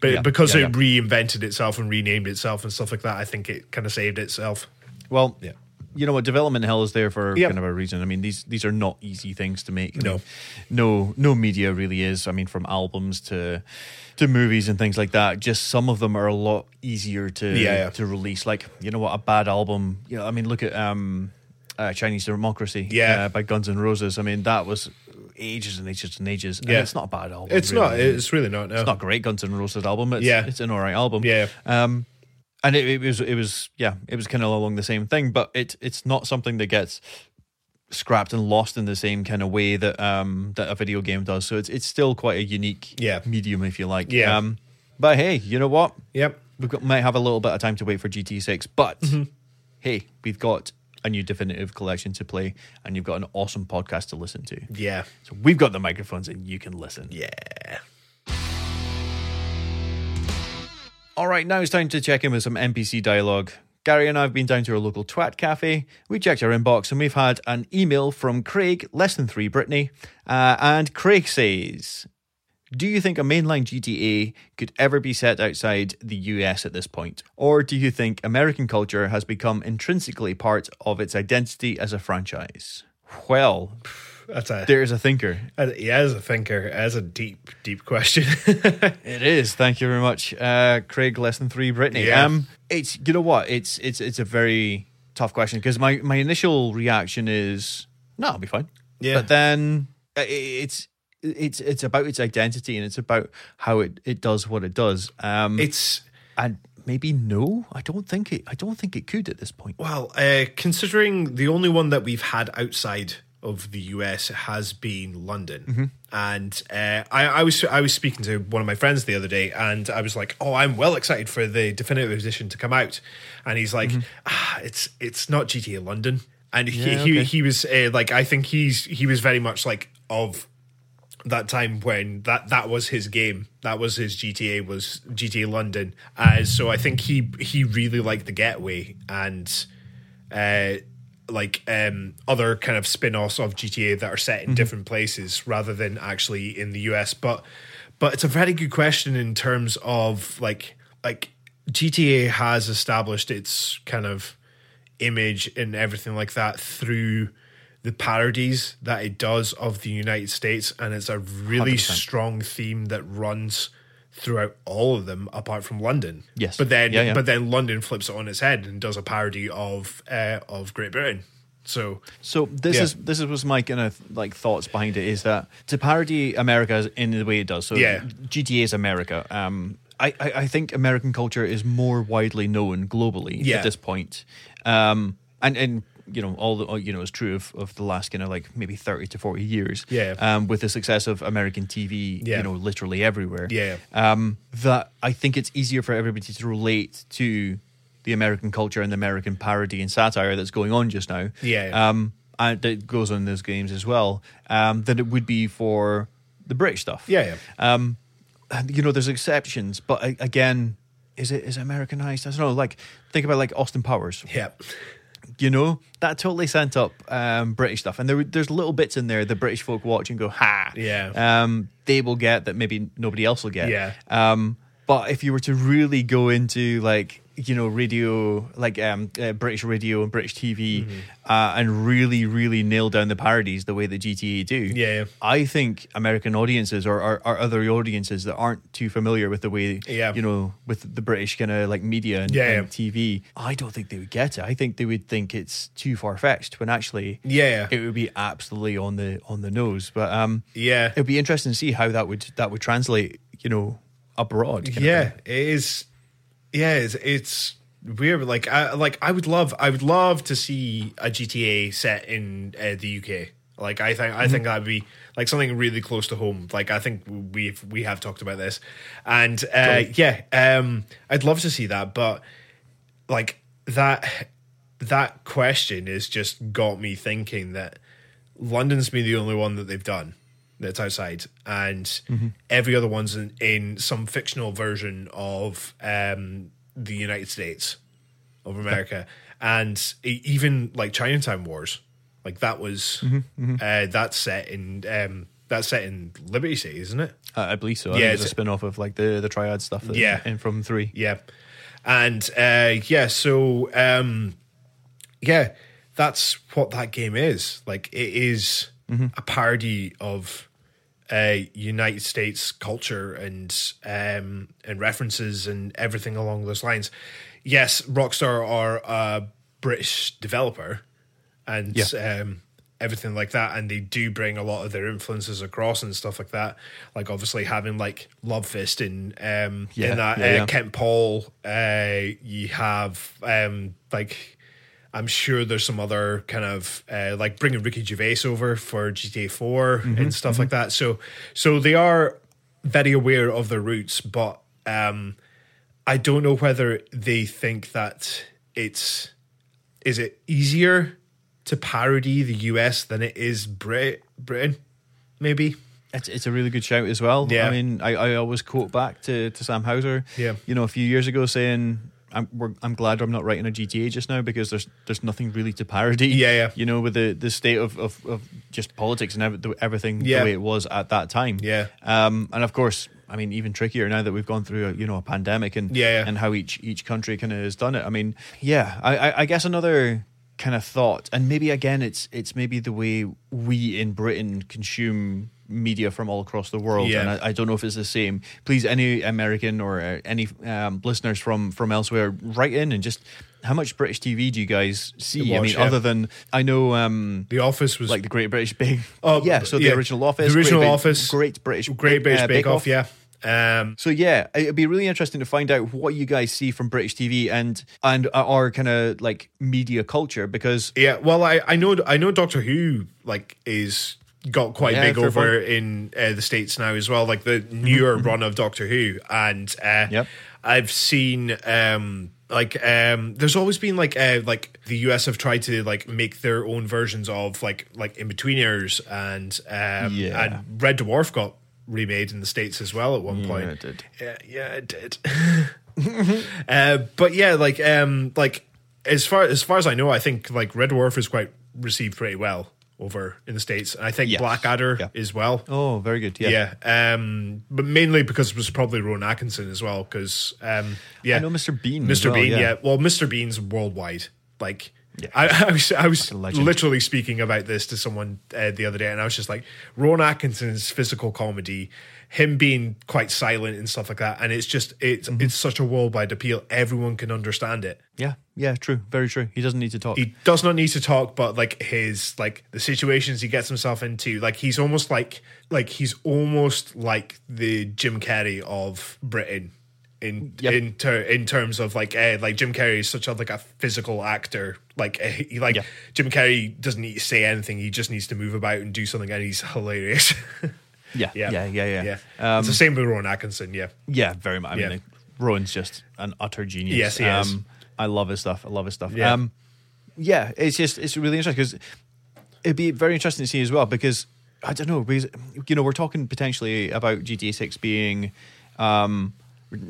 Speaker 2: But
Speaker 1: Yeah,
Speaker 2: because
Speaker 1: yeah,
Speaker 2: it
Speaker 1: yeah.
Speaker 2: reinvented itself and renamed itself and stuff like that, I think it kind of saved itself.
Speaker 1: Well,
Speaker 2: Yeah.
Speaker 1: you know what? Development hell is there for
Speaker 2: Yep.
Speaker 1: kind of a reason. I mean, these these are not easy things to make. I
Speaker 2: No.
Speaker 1: mean, no, no media really is. I mean, from albums to to movies and things like that. Just some of them are a lot easier to
Speaker 2: Yeah, yeah.
Speaker 1: to release. Like you know what? A bad album. You know, I mean, look at um, uh, Chinese Democracy.
Speaker 2: Yeah.
Speaker 1: uh, by Guns N' Roses. I mean, that was ages and ages and ages. And
Speaker 2: Yeah.
Speaker 1: it's not a bad album.
Speaker 2: It's
Speaker 1: really.
Speaker 2: not. It's really not. No.
Speaker 1: It's not a great Guns N' Roses album. It's,
Speaker 2: Yeah.
Speaker 1: it's an alright album.
Speaker 2: Yeah.
Speaker 1: Um, and it, it was it was yeah it was kind of along the same thing, but it it's not something that gets scrapped and lost in the same kind of way that um that a video game does. So it's it's still quite a unique
Speaker 2: Yeah.
Speaker 1: medium if you like.
Speaker 2: Yeah.
Speaker 1: Um, but hey, you know what?
Speaker 2: Yep.
Speaker 1: We got, might have a little bit of time to wait for GT Six, but
Speaker 2: Mm-hmm.
Speaker 1: hey, we've got a new definitive collection to play, and you've got an awesome podcast to listen to.
Speaker 2: Yeah.
Speaker 1: So we've got the microphones, and you can listen.
Speaker 2: Yeah.
Speaker 1: All right, now it's time to check in with some NPC dialogue. Gary and I have been down to our local twat cafe. We checked our inbox and we've had an email from Craig, less than three Brittany. Uh, and Craig says, Do you think a mainline GTA could ever be set outside the US at this point? Or do you think American culture has become intrinsically part of its identity as a franchise? Well,
Speaker 2: That's a.
Speaker 1: there's a thinker.
Speaker 2: as- yeah, as a thinker, as a deep, deep question.
Speaker 1: Hmm. It is. Thank you very much, uh, Craig. Less than three, Brittany.
Speaker 2: Yeah.
Speaker 1: Um, it's you know what? It's it's it's a very tough question because my my initial reaction is no, I'll be fine.
Speaker 2: Yeah.
Speaker 1: But then uh, i- it's it's it's about its identity and it's about how it it does what it does. Um,
Speaker 2: it's
Speaker 1: and maybe no. I don't think it. I don't think it could at this point.
Speaker 2: Well, uh, considering the only one that we've had outside of the US has been London,
Speaker 1: Mm-hmm.
Speaker 2: and uh, I, I was I was speaking to one of my friends the other day, and I was like, "Oh, I'm well excited for the definitive edition to come out," and he's like, "Ah, it's it's not GTA London," and he
Speaker 1: Mm-hmm. Yeah,
Speaker 2: he,
Speaker 1: okay.
Speaker 2: he was uh, like, I think he's he was very much like of that time when that that was his game that was his gta was gta london uh, so i think he he really liked the getaway and uh like um other kind of spin-offs of gta that are set in
Speaker 1: Mm-hmm.
Speaker 2: different places rather than actually in the us but but it's a very good question in terms of like like gta has established its kind of image and everything like that through the parodies that it does of the United States, and it's a really
Speaker 1: 100%.
Speaker 2: strong theme that runs throughout all of them, apart from London.
Speaker 1: Yes.
Speaker 2: but then
Speaker 1: Yeah, yeah.
Speaker 2: but then London flips it on its head and does a parody of uh, of Great Britain. So
Speaker 1: So this
Speaker 2: Yeah.
Speaker 1: is this is was my kind of like thoughts behind it is that to parody America in the way it does. So
Speaker 2: Yeah.
Speaker 1: GTA is America. Um, I, I I think American culture is more widely known globally
Speaker 2: Yeah.
Speaker 1: at this point. Um, and and you know all the all, you know is true of, of the last kind of like maybe thirty to forty years.
Speaker 2: Yeah.
Speaker 1: Um, with the success of American TV,
Speaker 2: Yeah.
Speaker 1: you know, literally everywhere
Speaker 2: Yeah.
Speaker 1: um, that I think it's easier for everybody to relate to the American culture and the American parody and satire that's going on just now.
Speaker 2: Yeah, yeah.
Speaker 1: Um, and that goes on in those games as well, um, than it would be for the British stuff.
Speaker 2: yeah, yeah.
Speaker 1: Um, and, you know, there's exceptions, but a- again, is it is it Americanized? I don't know. Like, think about like Austin Powers
Speaker 2: yeah.
Speaker 1: you know that totally sent up um, British stuff, and there were- there's little bits in there the British folk watch and go ha,
Speaker 2: Yeah.
Speaker 1: um, they will get that maybe nobody else will get,
Speaker 2: Yeah.
Speaker 1: Um, but if you were to really go into like you know radio, like um, uh, British radio and British TV,
Speaker 2: Mm-hmm.
Speaker 1: uh, and really really nail down the parodies the way that GTA do,
Speaker 2: Yeah.
Speaker 1: I think American audiences or, or, or other audiences that aren't too familiar with the way
Speaker 2: Yeah.
Speaker 1: you know with the British kind of like media and,
Speaker 2: Yeah,
Speaker 1: and
Speaker 2: yeah.
Speaker 1: TV, I don't think they would get it. I think they would think it's too far fetched when actually,
Speaker 2: Yeah.
Speaker 1: it would be absolutely on the on the nose. But um,
Speaker 2: Yeah.
Speaker 1: it'd be interesting to see how that would that would translate, you know, abroad. kind of
Speaker 2: yeah
Speaker 1: thing.
Speaker 2: it is yeah it's, it's weird like i like i would love i would love to see a gta set in uh, the uk like i think i think that'd be like something really close to home like i think we've we have talked about this and uh yeah um i'd love to see that but like that that question has just got me thinking that London's been the only one that they've done that's outside, and every other one's in, in some fictional version of um, the United States of America, and e- even like Chinatown Wars, like that was Uh, that's set in um, that's set in Liberty City, isn't it?
Speaker 1: I I believe so. I
Speaker 2: Yeah,
Speaker 1: yeah, it's a
Speaker 2: it's-
Speaker 1: spin off of like the the triad stuff. That,
Speaker 2: Yeah.
Speaker 1: and from three.
Speaker 2: Yeah. And uh yeah, so um yeah, that's what that game is. Like it is
Speaker 1: Mm-hmm.
Speaker 2: a parody of uh United States culture and um and references and everything along those lines. Yes, Rockstar are a British developer and
Speaker 1: Yeah.
Speaker 2: um everything like that and they do bring a lot of their influences across and stuff like that like obviously having like love fist and um
Speaker 1: Yeah,
Speaker 2: in that
Speaker 1: yeah,
Speaker 2: uh,
Speaker 1: yeah.
Speaker 2: Kent Paul, uh, you have um, like I'm sure there's some other kind of uh, like bringing Ricky Gervais over for GTA 4 and stuff like that. So so they are very aware of their roots, but um, I don't know whether they think that it's is it easier to parody the US than it is Brit Britain, maybe.
Speaker 1: It's, it's a really good shout as well.
Speaker 2: Yeah.
Speaker 1: I mean, I, I always quote back to, to Sam Hauser.
Speaker 2: Yeah.
Speaker 1: You know, a few years ago saying, I'm, we're, I'm glad I'm not writing a GTA just now because there's there's nothing really to parody.
Speaker 2: Yeah, yeah.
Speaker 1: You know, with the, the state of, of, of just politics and ev- everything
Speaker 2: Yeah.
Speaker 1: the way it was at that time.
Speaker 2: Yeah.
Speaker 1: Um, and of course, I mean, even trickier now that we've gone through a, you know a pandemic and
Speaker 2: Yeah, yeah.
Speaker 1: and how each each country kind of has done it. I mean, yeah, I, I, I guess another kind of thought, and maybe again, it's it's maybe the way we in Britain consume media from all across the world,
Speaker 2: Yeah.
Speaker 1: and I, I don't know if it's the same. Please, any American or uh, any um, listeners from from elsewhere, write in and just how much British TV do you guys see? I
Speaker 2: Watch,
Speaker 1: mean,
Speaker 2: yeah.
Speaker 1: other than I know. um
Speaker 2: The office was
Speaker 1: like the Great British Bake.
Speaker 2: Oh,
Speaker 1: yeah. So the
Speaker 2: yeah.
Speaker 1: original Office,
Speaker 2: The original
Speaker 1: Great Brit-
Speaker 2: Office.
Speaker 1: Great British,
Speaker 2: Great British
Speaker 1: uh,
Speaker 2: Bake Off, yeah. Um,
Speaker 1: So yeah, it'd be really interesting to find out what you guys see from British TV and and uh, our kind of like media culture because
Speaker 2: yeah, well, I, I know I know Doctor Who like is got quite
Speaker 1: Yeah,
Speaker 2: big
Speaker 1: fair
Speaker 2: over in uh, the states now as well, like the newer run of Doctor Who, and uh,
Speaker 1: Yep.
Speaker 2: I've seen um, like um, there's always been like uh, like the US have tried to like make their own versions of like like in betweeners and um,
Speaker 1: Yeah.
Speaker 2: and Red Dwarf got remade in the states as well at one point.
Speaker 1: it did.
Speaker 2: Yeah, yeah, it did. uh, but yeah, like um, like as far as far as I know, I think like Red Dwarf is quite received pretty well over in the states, and I think
Speaker 1: Yes.
Speaker 2: Blackadder
Speaker 1: Yeah.
Speaker 2: as well.
Speaker 1: oh, very good. Yeah.
Speaker 2: Yeah, um, but mainly because it was probably Rowan Atkinson as well. Because um, yeah,
Speaker 1: I know Mr. Bean as
Speaker 2: Mr.
Speaker 1: well,
Speaker 2: Bean,
Speaker 1: yeah.
Speaker 2: yeah. Well, Mr. Bean's worldwide. Like, I, I was, I was
Speaker 1: a legend.
Speaker 2: literally speaking about this to someone uh, the other day, and I was just like, Rowan Atkinson's physical comedy, him being quite silent and stuff like that, and it's just it's
Speaker 1: Mm-hmm.
Speaker 2: it's such a worldwide appeal. Everyone can understand it.
Speaker 1: yeah, yeah, true, very true. He doesn't need to talk.
Speaker 2: He does not need to talk, but like his like the situations he gets himself into, like he's almost like like he's almost like the Jim Carrey of Britain in
Speaker 1: Yep.
Speaker 2: in ter- in terms of like eh, like Jim Carrey is such a like a physical actor. Like eh, he like
Speaker 1: Yeah.
Speaker 2: Jim Carrey doesn't need to say anything; he just needs to move about and do something, and he's hilarious.
Speaker 1: yeah, yeah, yeah, yeah, Um, yeah.
Speaker 2: it's the same with Ron Atkinson. Yeah,
Speaker 1: very much. I
Speaker 2: Yeah.
Speaker 1: mean, like, Rowan's just an utter genius. Um,
Speaker 2: Yes, he is.
Speaker 1: I love his stuff. I love his stuff.
Speaker 2: Yeah.
Speaker 1: Um, yeah, it's just it's really interesting because it'd be very interesting to see as well because I don't know because you know we're talking potentially about GTA Six being. Um,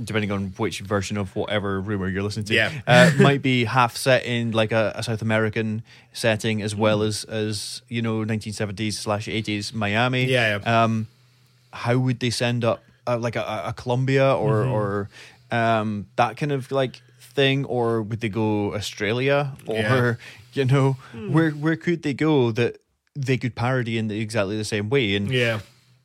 Speaker 1: Depending on which version of whatever rumor you're listening to,
Speaker 2: Yeah.
Speaker 1: uh, might be half set in like a, a South American setting as
Speaker 2: Mm.
Speaker 1: well as as you know 1970s slash 80s Miami.
Speaker 2: Yeah, yeah.
Speaker 1: Um, how would they send up uh, like a, a Colombia or
Speaker 2: Mm-hmm.
Speaker 1: or um, that kind of like thing, or would they go Australia or you know where where could they go that they could parody in the, exactly the same way? And
Speaker 2: yeah.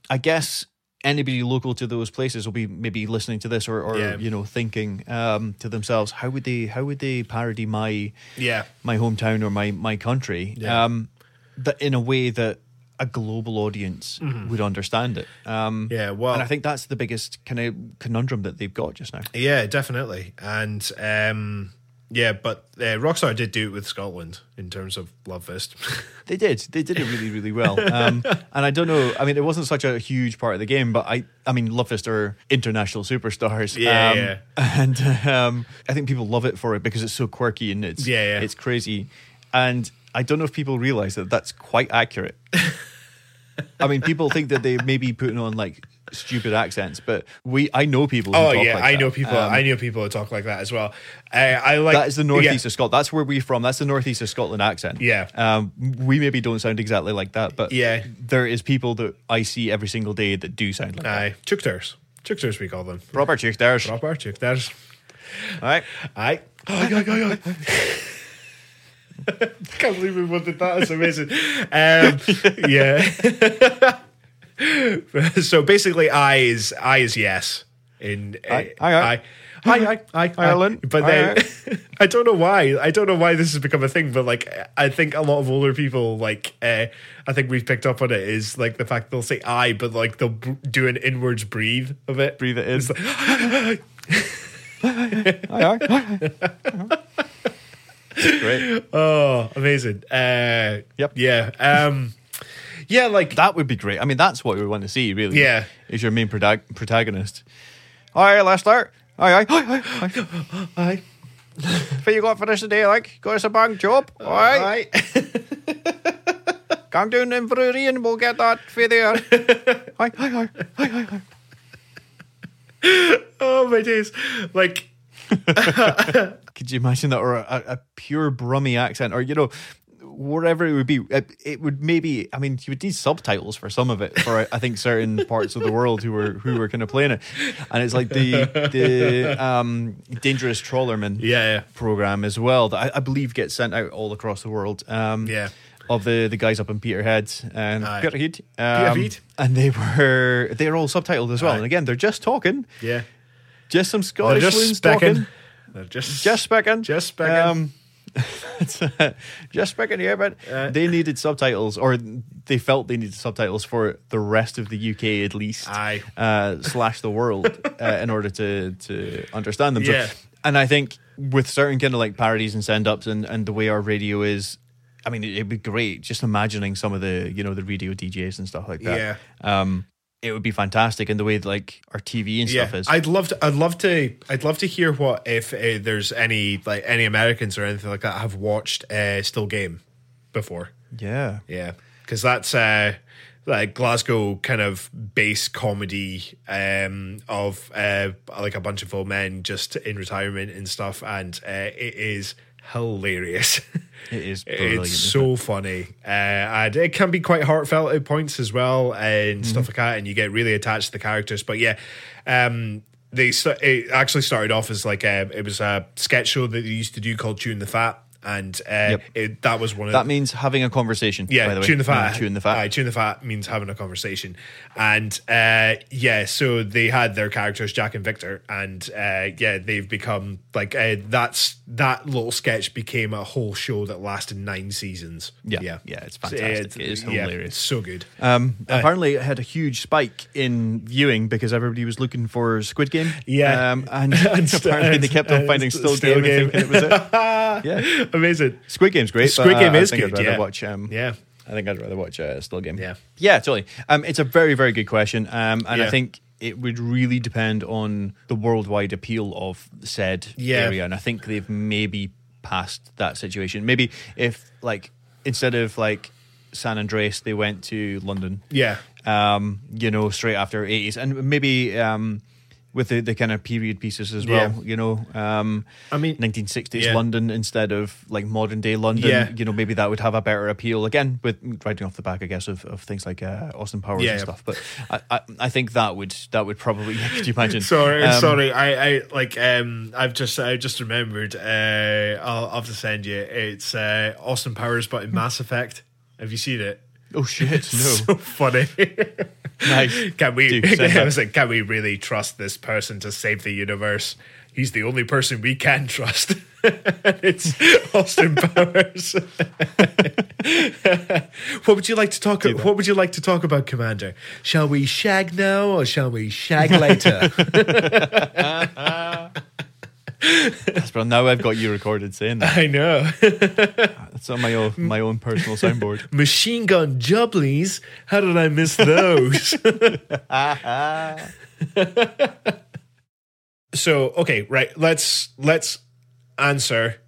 Speaker 1: I guess anybody local to those places will be maybe listening to this or, or
Speaker 2: Yeah.
Speaker 1: you know thinking um, to themselves how would they how would they parody my
Speaker 2: Yeah.
Speaker 1: my hometown or my my country
Speaker 2: Yeah.
Speaker 1: um, that in a way that a global audience
Speaker 2: Mm-hmm.
Speaker 1: would understand it. Um,
Speaker 2: Yeah, well-
Speaker 1: and I think that's the biggest kind of conundrum that they've got just now.
Speaker 2: Yeah, definitely. And um yeah, but uh, Rockstar did do it with Scotland in terms of Love Fist.
Speaker 1: They did. They did it really, really well. Um, and I don't know. I mean, it wasn't such a huge part of the game, but I, I mean, Lovefist are international superstars.
Speaker 2: Yeah,
Speaker 1: um,
Speaker 2: yeah.
Speaker 1: And um, I think people love it for it because it's so quirky and it's
Speaker 2: Yeah, yeah.
Speaker 1: it's crazy. And I don't know if people realize that that's quite accurate. I mean, people think that they may be putting on like stupid accents, but we, I know people. Who
Speaker 2: oh
Speaker 1: talk
Speaker 2: yeah,
Speaker 1: like
Speaker 2: I
Speaker 1: that.
Speaker 2: know people.
Speaker 1: Um,
Speaker 2: I know people who talk like that as well. Uh, I like
Speaker 1: that is the northeast
Speaker 2: Yeah,
Speaker 1: of Scotland. That's where we're from. That's the northeast of Scotland accent.
Speaker 2: Yeah.
Speaker 1: Um, we maybe don't sound exactly like that, but
Speaker 2: Yeah.
Speaker 1: there is people that I see every single day that do sound like that.
Speaker 2: aye, Chukters. Chukters, we call them.
Speaker 1: Proper Chichters. All
Speaker 2: Proper Chukters.
Speaker 1: right.
Speaker 2: Aye. Aye, aye, aye, aye. Can't believe we wanted that. It's amazing. Um, yeah. so basically, I is I is yes in uh,
Speaker 1: Aye, aye, aye.
Speaker 2: Aye, aye, aye, aye.
Speaker 1: Ireland,
Speaker 2: But
Speaker 1: aye,
Speaker 2: then I don't know why. I don't know why this has become a thing. But like, I think a lot of older people, like, uh, I think we've picked up on it is like the fact they'll say I, but like they'll b- do an inwards breathe of it.
Speaker 1: Breathe it in.
Speaker 2: It's like,
Speaker 1: Aye, aye. Great.
Speaker 2: Oh, amazing. Uh,
Speaker 1: Yep.
Speaker 2: Yeah. Um, yeah, like,
Speaker 1: That would be great. I mean, that's what we want to see, really.
Speaker 2: Yeah.
Speaker 1: Is your main protag- protagonist. All right, last start. Aye, aye, aye, aye. aye.
Speaker 2: I,
Speaker 1: What you got for us today, like? Got us a bang job? All right. Come down and brewery and we'll get that for there. aye, aye, aye.
Speaker 2: oh, my days. Like,
Speaker 1: Could you imagine that, or a, a pure Brummy accent, or you know, wherever it would be? It, it would maybe. I mean, you would need subtitles for some of it for I think certain parts of the world who were who were kind of playing it, and it's like the the um, dangerous trawlerman
Speaker 2: Yeah, yeah.
Speaker 1: program as well that I, I believe gets sent out all across the world. Um,
Speaker 2: Yeah.
Speaker 1: Of the, the guys up in Peterhead and
Speaker 2: Aye.
Speaker 1: Peterhead, um,
Speaker 2: Peterhead.
Speaker 1: and they were they are all subtitled as well.
Speaker 2: Aye.
Speaker 1: And again, they're just talking,
Speaker 2: yeah.
Speaker 1: just some
Speaker 2: They're
Speaker 1: Scottish
Speaker 2: just
Speaker 1: loons
Speaker 2: specking.
Speaker 1: talking
Speaker 2: They're just,
Speaker 1: just specking.
Speaker 2: Just specking.
Speaker 1: Um, just speaking here, but
Speaker 2: Uh,
Speaker 1: they needed subtitles, or they felt they needed subtitles for the rest of the UK at least,
Speaker 2: Aye.
Speaker 1: Uh, slash the world, uh, in order to to understand them. So-
Speaker 2: Yeah.
Speaker 1: and I think with certain kind of like parodies and send ups and and the way our radio is. I mean, it'd be great just imagining some of the, you know, the radio DJs and stuff like that. Yeah. Um, it would be fantastic, and the way that, like our TV and stuff is.
Speaker 2: I'd love to. I'd love to. I'd love to hear what if uh, there's any like any Americans or anything like that have watched uh, Still Game before.
Speaker 1: yeah.
Speaker 2: Yeah, because that's uh, like Glasgow kind of base comedy um, of uh, like a bunch of old men just in retirement and stuff, and uh, it is hilarious.
Speaker 1: It is brilliant,
Speaker 2: It's
Speaker 1: isn't
Speaker 2: so funny, uh, and it can be quite heartfelt at points as well, and
Speaker 1: Mm-hmm.
Speaker 2: stuff like that. And you get really attached to the characters. But yeah, um, they st- it actually started off as like a, it was a sketch show that they used to do called Tune the Fat, and uh, it, that was one of
Speaker 1: That means having a conversation.
Speaker 2: yeah,
Speaker 1: by the way.
Speaker 2: tune the
Speaker 1: Yeah,
Speaker 2: fat.
Speaker 1: Tune the fat.
Speaker 2: Aye, tune the fat means having a conversation. And uh, yeah, so they had their characters Jack and Victor, and uh, yeah, they've become like uh, that's that little sketch became a whole show that lasted nine seasons.
Speaker 1: Yeah,
Speaker 2: yeah, uh,
Speaker 1: yeah, it's fantastic. It is
Speaker 2: yeah,
Speaker 1: hilarious.
Speaker 2: it's so good.
Speaker 1: Um, apparently, it had a huge spike in viewing because everybody was looking for Squid Game.
Speaker 2: Yeah.
Speaker 1: um, and, apparently they kept on
Speaker 2: and
Speaker 1: finding
Speaker 2: st-
Speaker 1: Still,
Speaker 2: Still
Speaker 1: Game,
Speaker 2: Game.
Speaker 1: and thinking it was it. yeah,
Speaker 2: Amazing.
Speaker 1: Squid Game's great.
Speaker 2: Squid
Speaker 1: but, uh,
Speaker 2: Game
Speaker 1: I
Speaker 2: is
Speaker 1: think I'd
Speaker 2: good,
Speaker 1: rather
Speaker 2: yeah.
Speaker 1: watch. Um,
Speaker 2: Yeah.
Speaker 1: I think I'd rather watch uh, Still Game.
Speaker 2: Yeah.
Speaker 1: yeah, totally. Um, it's a very, very good question, um, and I
Speaker 2: Yeah.
Speaker 1: think it would really depend on the worldwide appeal of said
Speaker 2: Yeah.
Speaker 1: area, and I think they've maybe passed that situation. Maybe if like instead of like San Andreas, they went to London
Speaker 2: Yeah,
Speaker 1: um, you know, straight after eighties, and maybe um, with the, the kind of period pieces as well,
Speaker 2: Yeah.
Speaker 1: you know, um,
Speaker 2: I mean-
Speaker 1: nineteen sixties
Speaker 2: Yeah.
Speaker 1: London instead of like modern day London,
Speaker 2: Yeah.
Speaker 1: you know, maybe that would have a better appeal again with riding off the back, I guess, of, of things like uh, Austin Powers
Speaker 2: Yeah.
Speaker 1: and stuff. But I, I, I think that would that would probably could you imagine?
Speaker 2: Sorry,
Speaker 1: Um,
Speaker 2: sorry. I, I like um I've just I just remembered. Uh I'll, I'll have to send you. It's uh Austin Powers but in Mass Effect. Have you seen it?
Speaker 1: Oh shit! No,
Speaker 2: So funny.
Speaker 1: nice.
Speaker 2: can we
Speaker 1: Dude, send
Speaker 2: I
Speaker 1: that.
Speaker 2: was like, can we really trust this person to save the universe? He's the only person we can trust. it's Austin Powers. what would you like to talk about? What would you like to talk about, Commander? Shall we shag now or shall we shag later?
Speaker 1: That's brilliant. Now I've got you recorded saying that.
Speaker 2: I know.
Speaker 1: That's on my own my own personal soundboard.
Speaker 2: Machine gun jubblies? How did I miss those? so okay, right. Let's let's answer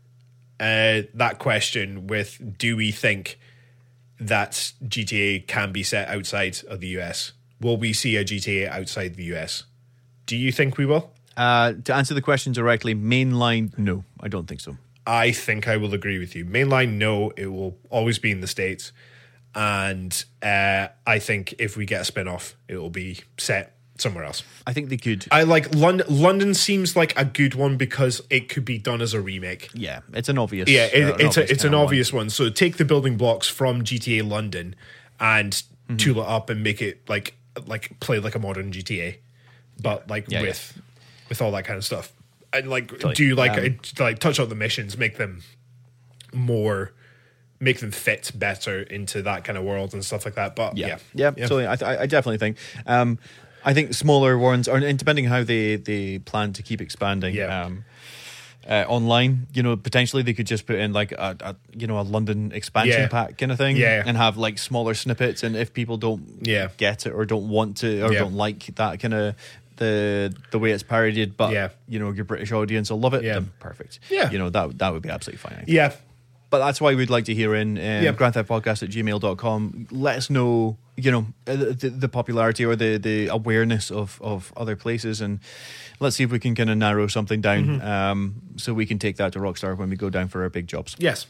Speaker 2: uh, that question with: Do we think that GTA can be set outside of the US? Will we see a GTA outside the US? Do you think we will?
Speaker 1: Uh, to answer the question directly, mainline, no, I don't think so.
Speaker 2: I think I will agree with you. Mainline, no, it will always be in the States. And uh, I think if we get a spin off, it will be set somewhere else.
Speaker 1: I think they could
Speaker 2: I like London. London seems like a good one because it could be done as a remake.
Speaker 1: Yeah, it's an obvious.
Speaker 2: Yeah, it,
Speaker 1: uh, an
Speaker 2: it's
Speaker 1: obvious
Speaker 2: a, it's an
Speaker 1: kinda one.
Speaker 2: obvious one. So take the building blocks from GTA London and
Speaker 1: Mm-hmm.
Speaker 2: tool it up and make it like like play like a modern GTA, but like
Speaker 1: Yeah, yeah.
Speaker 2: with with all that kind of stuff and like do like
Speaker 1: um,
Speaker 2: uh, like touch up the missions, make them more, make them fit better into that kind of world and stuff like that. But
Speaker 1: Yeah,
Speaker 2: yeah,
Speaker 1: yeah. So I, th- I definitely think. Um, I think smaller ones, or and depending on how they they plan to keep expanding.
Speaker 2: Yeah.
Speaker 1: Um, uh, online, you know, potentially they could just put in like a, a you know a London expansion
Speaker 2: Yeah.
Speaker 1: pack kind of thing,
Speaker 2: Yeah.
Speaker 1: and have like smaller snippets. And if people don't
Speaker 2: Yeah.
Speaker 1: get it or don't want to or
Speaker 2: Yeah.
Speaker 1: don't like that kind of the the way it's parodied, but
Speaker 2: Yeah.
Speaker 1: you know your British audience will love it.
Speaker 2: Yeah.
Speaker 1: then perfect.
Speaker 2: Yeah.
Speaker 1: you know that that would be absolutely fine. I think.
Speaker 2: yeah,
Speaker 1: but that's why we'd like to hear in um,
Speaker 2: Yeah.
Speaker 1: Grand Theft Podcast at gmail.com. Let us know, you know, uh, the, the popularity or the, the awareness of, of other places. And let's see if we can kind of narrow something down um, so we can take that to Rockstar when we go down for our big jobs.
Speaker 2: yes,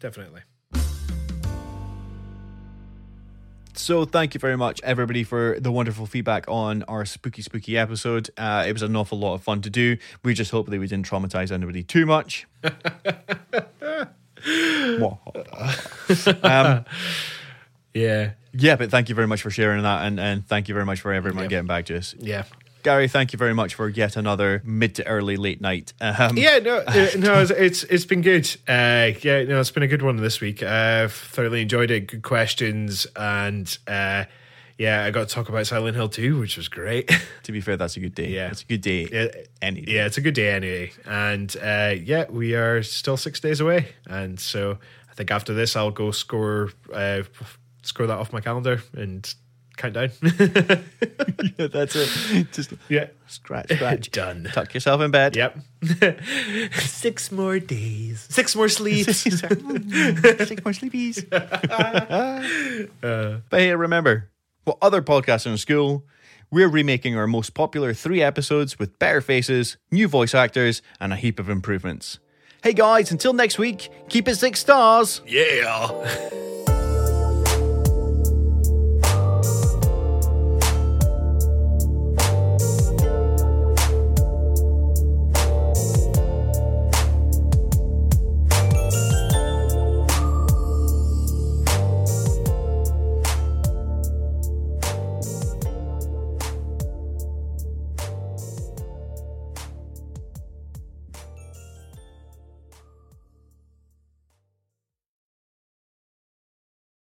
Speaker 2: definitely.
Speaker 1: So thank you very much, everybody, for the wonderful feedback on our spooky, spooky episode. Uh, it was an awful lot of fun to do. We just hope that we didn't traumatize anybody too much. Mwah.
Speaker 2: Yeah,
Speaker 1: yeah, but thank you very much for sharing that, and, and thank you very much for everyone getting back to us.
Speaker 2: yeah.
Speaker 1: Gary, thank you very much for yet another mid to early late night. Um,
Speaker 2: Yeah, no, uh, no, it's, it's it's been good. Uh, yeah, no, it's been a good one this week. I've thoroughly enjoyed it. Good questions, and uh, yeah, I got to talk about Silent Hill 2, which was great.
Speaker 1: To be fair, that's a good day.
Speaker 2: Yeah.
Speaker 1: It's a good day.
Speaker 2: It-
Speaker 1: Any day.
Speaker 2: yeah, it's a good day anyway. And uh, yeah, we are still six days away, and so I think after this, I'll go score uh, score that off my calendar and count down.
Speaker 1: Yeah, that's it. Just
Speaker 2: yeah,
Speaker 1: scratch, scratch.
Speaker 2: done.
Speaker 1: Tuck yourself in bed.
Speaker 2: Yep. six more days. Six more sleeps.
Speaker 1: Six more sleepies. but hey, remember, what other podcasts in school? We're remaking our most popular three episodes with better faces, new voice actors, and a heap of improvements. Hey guys, until next week, keep it six stars.
Speaker 2: yeah.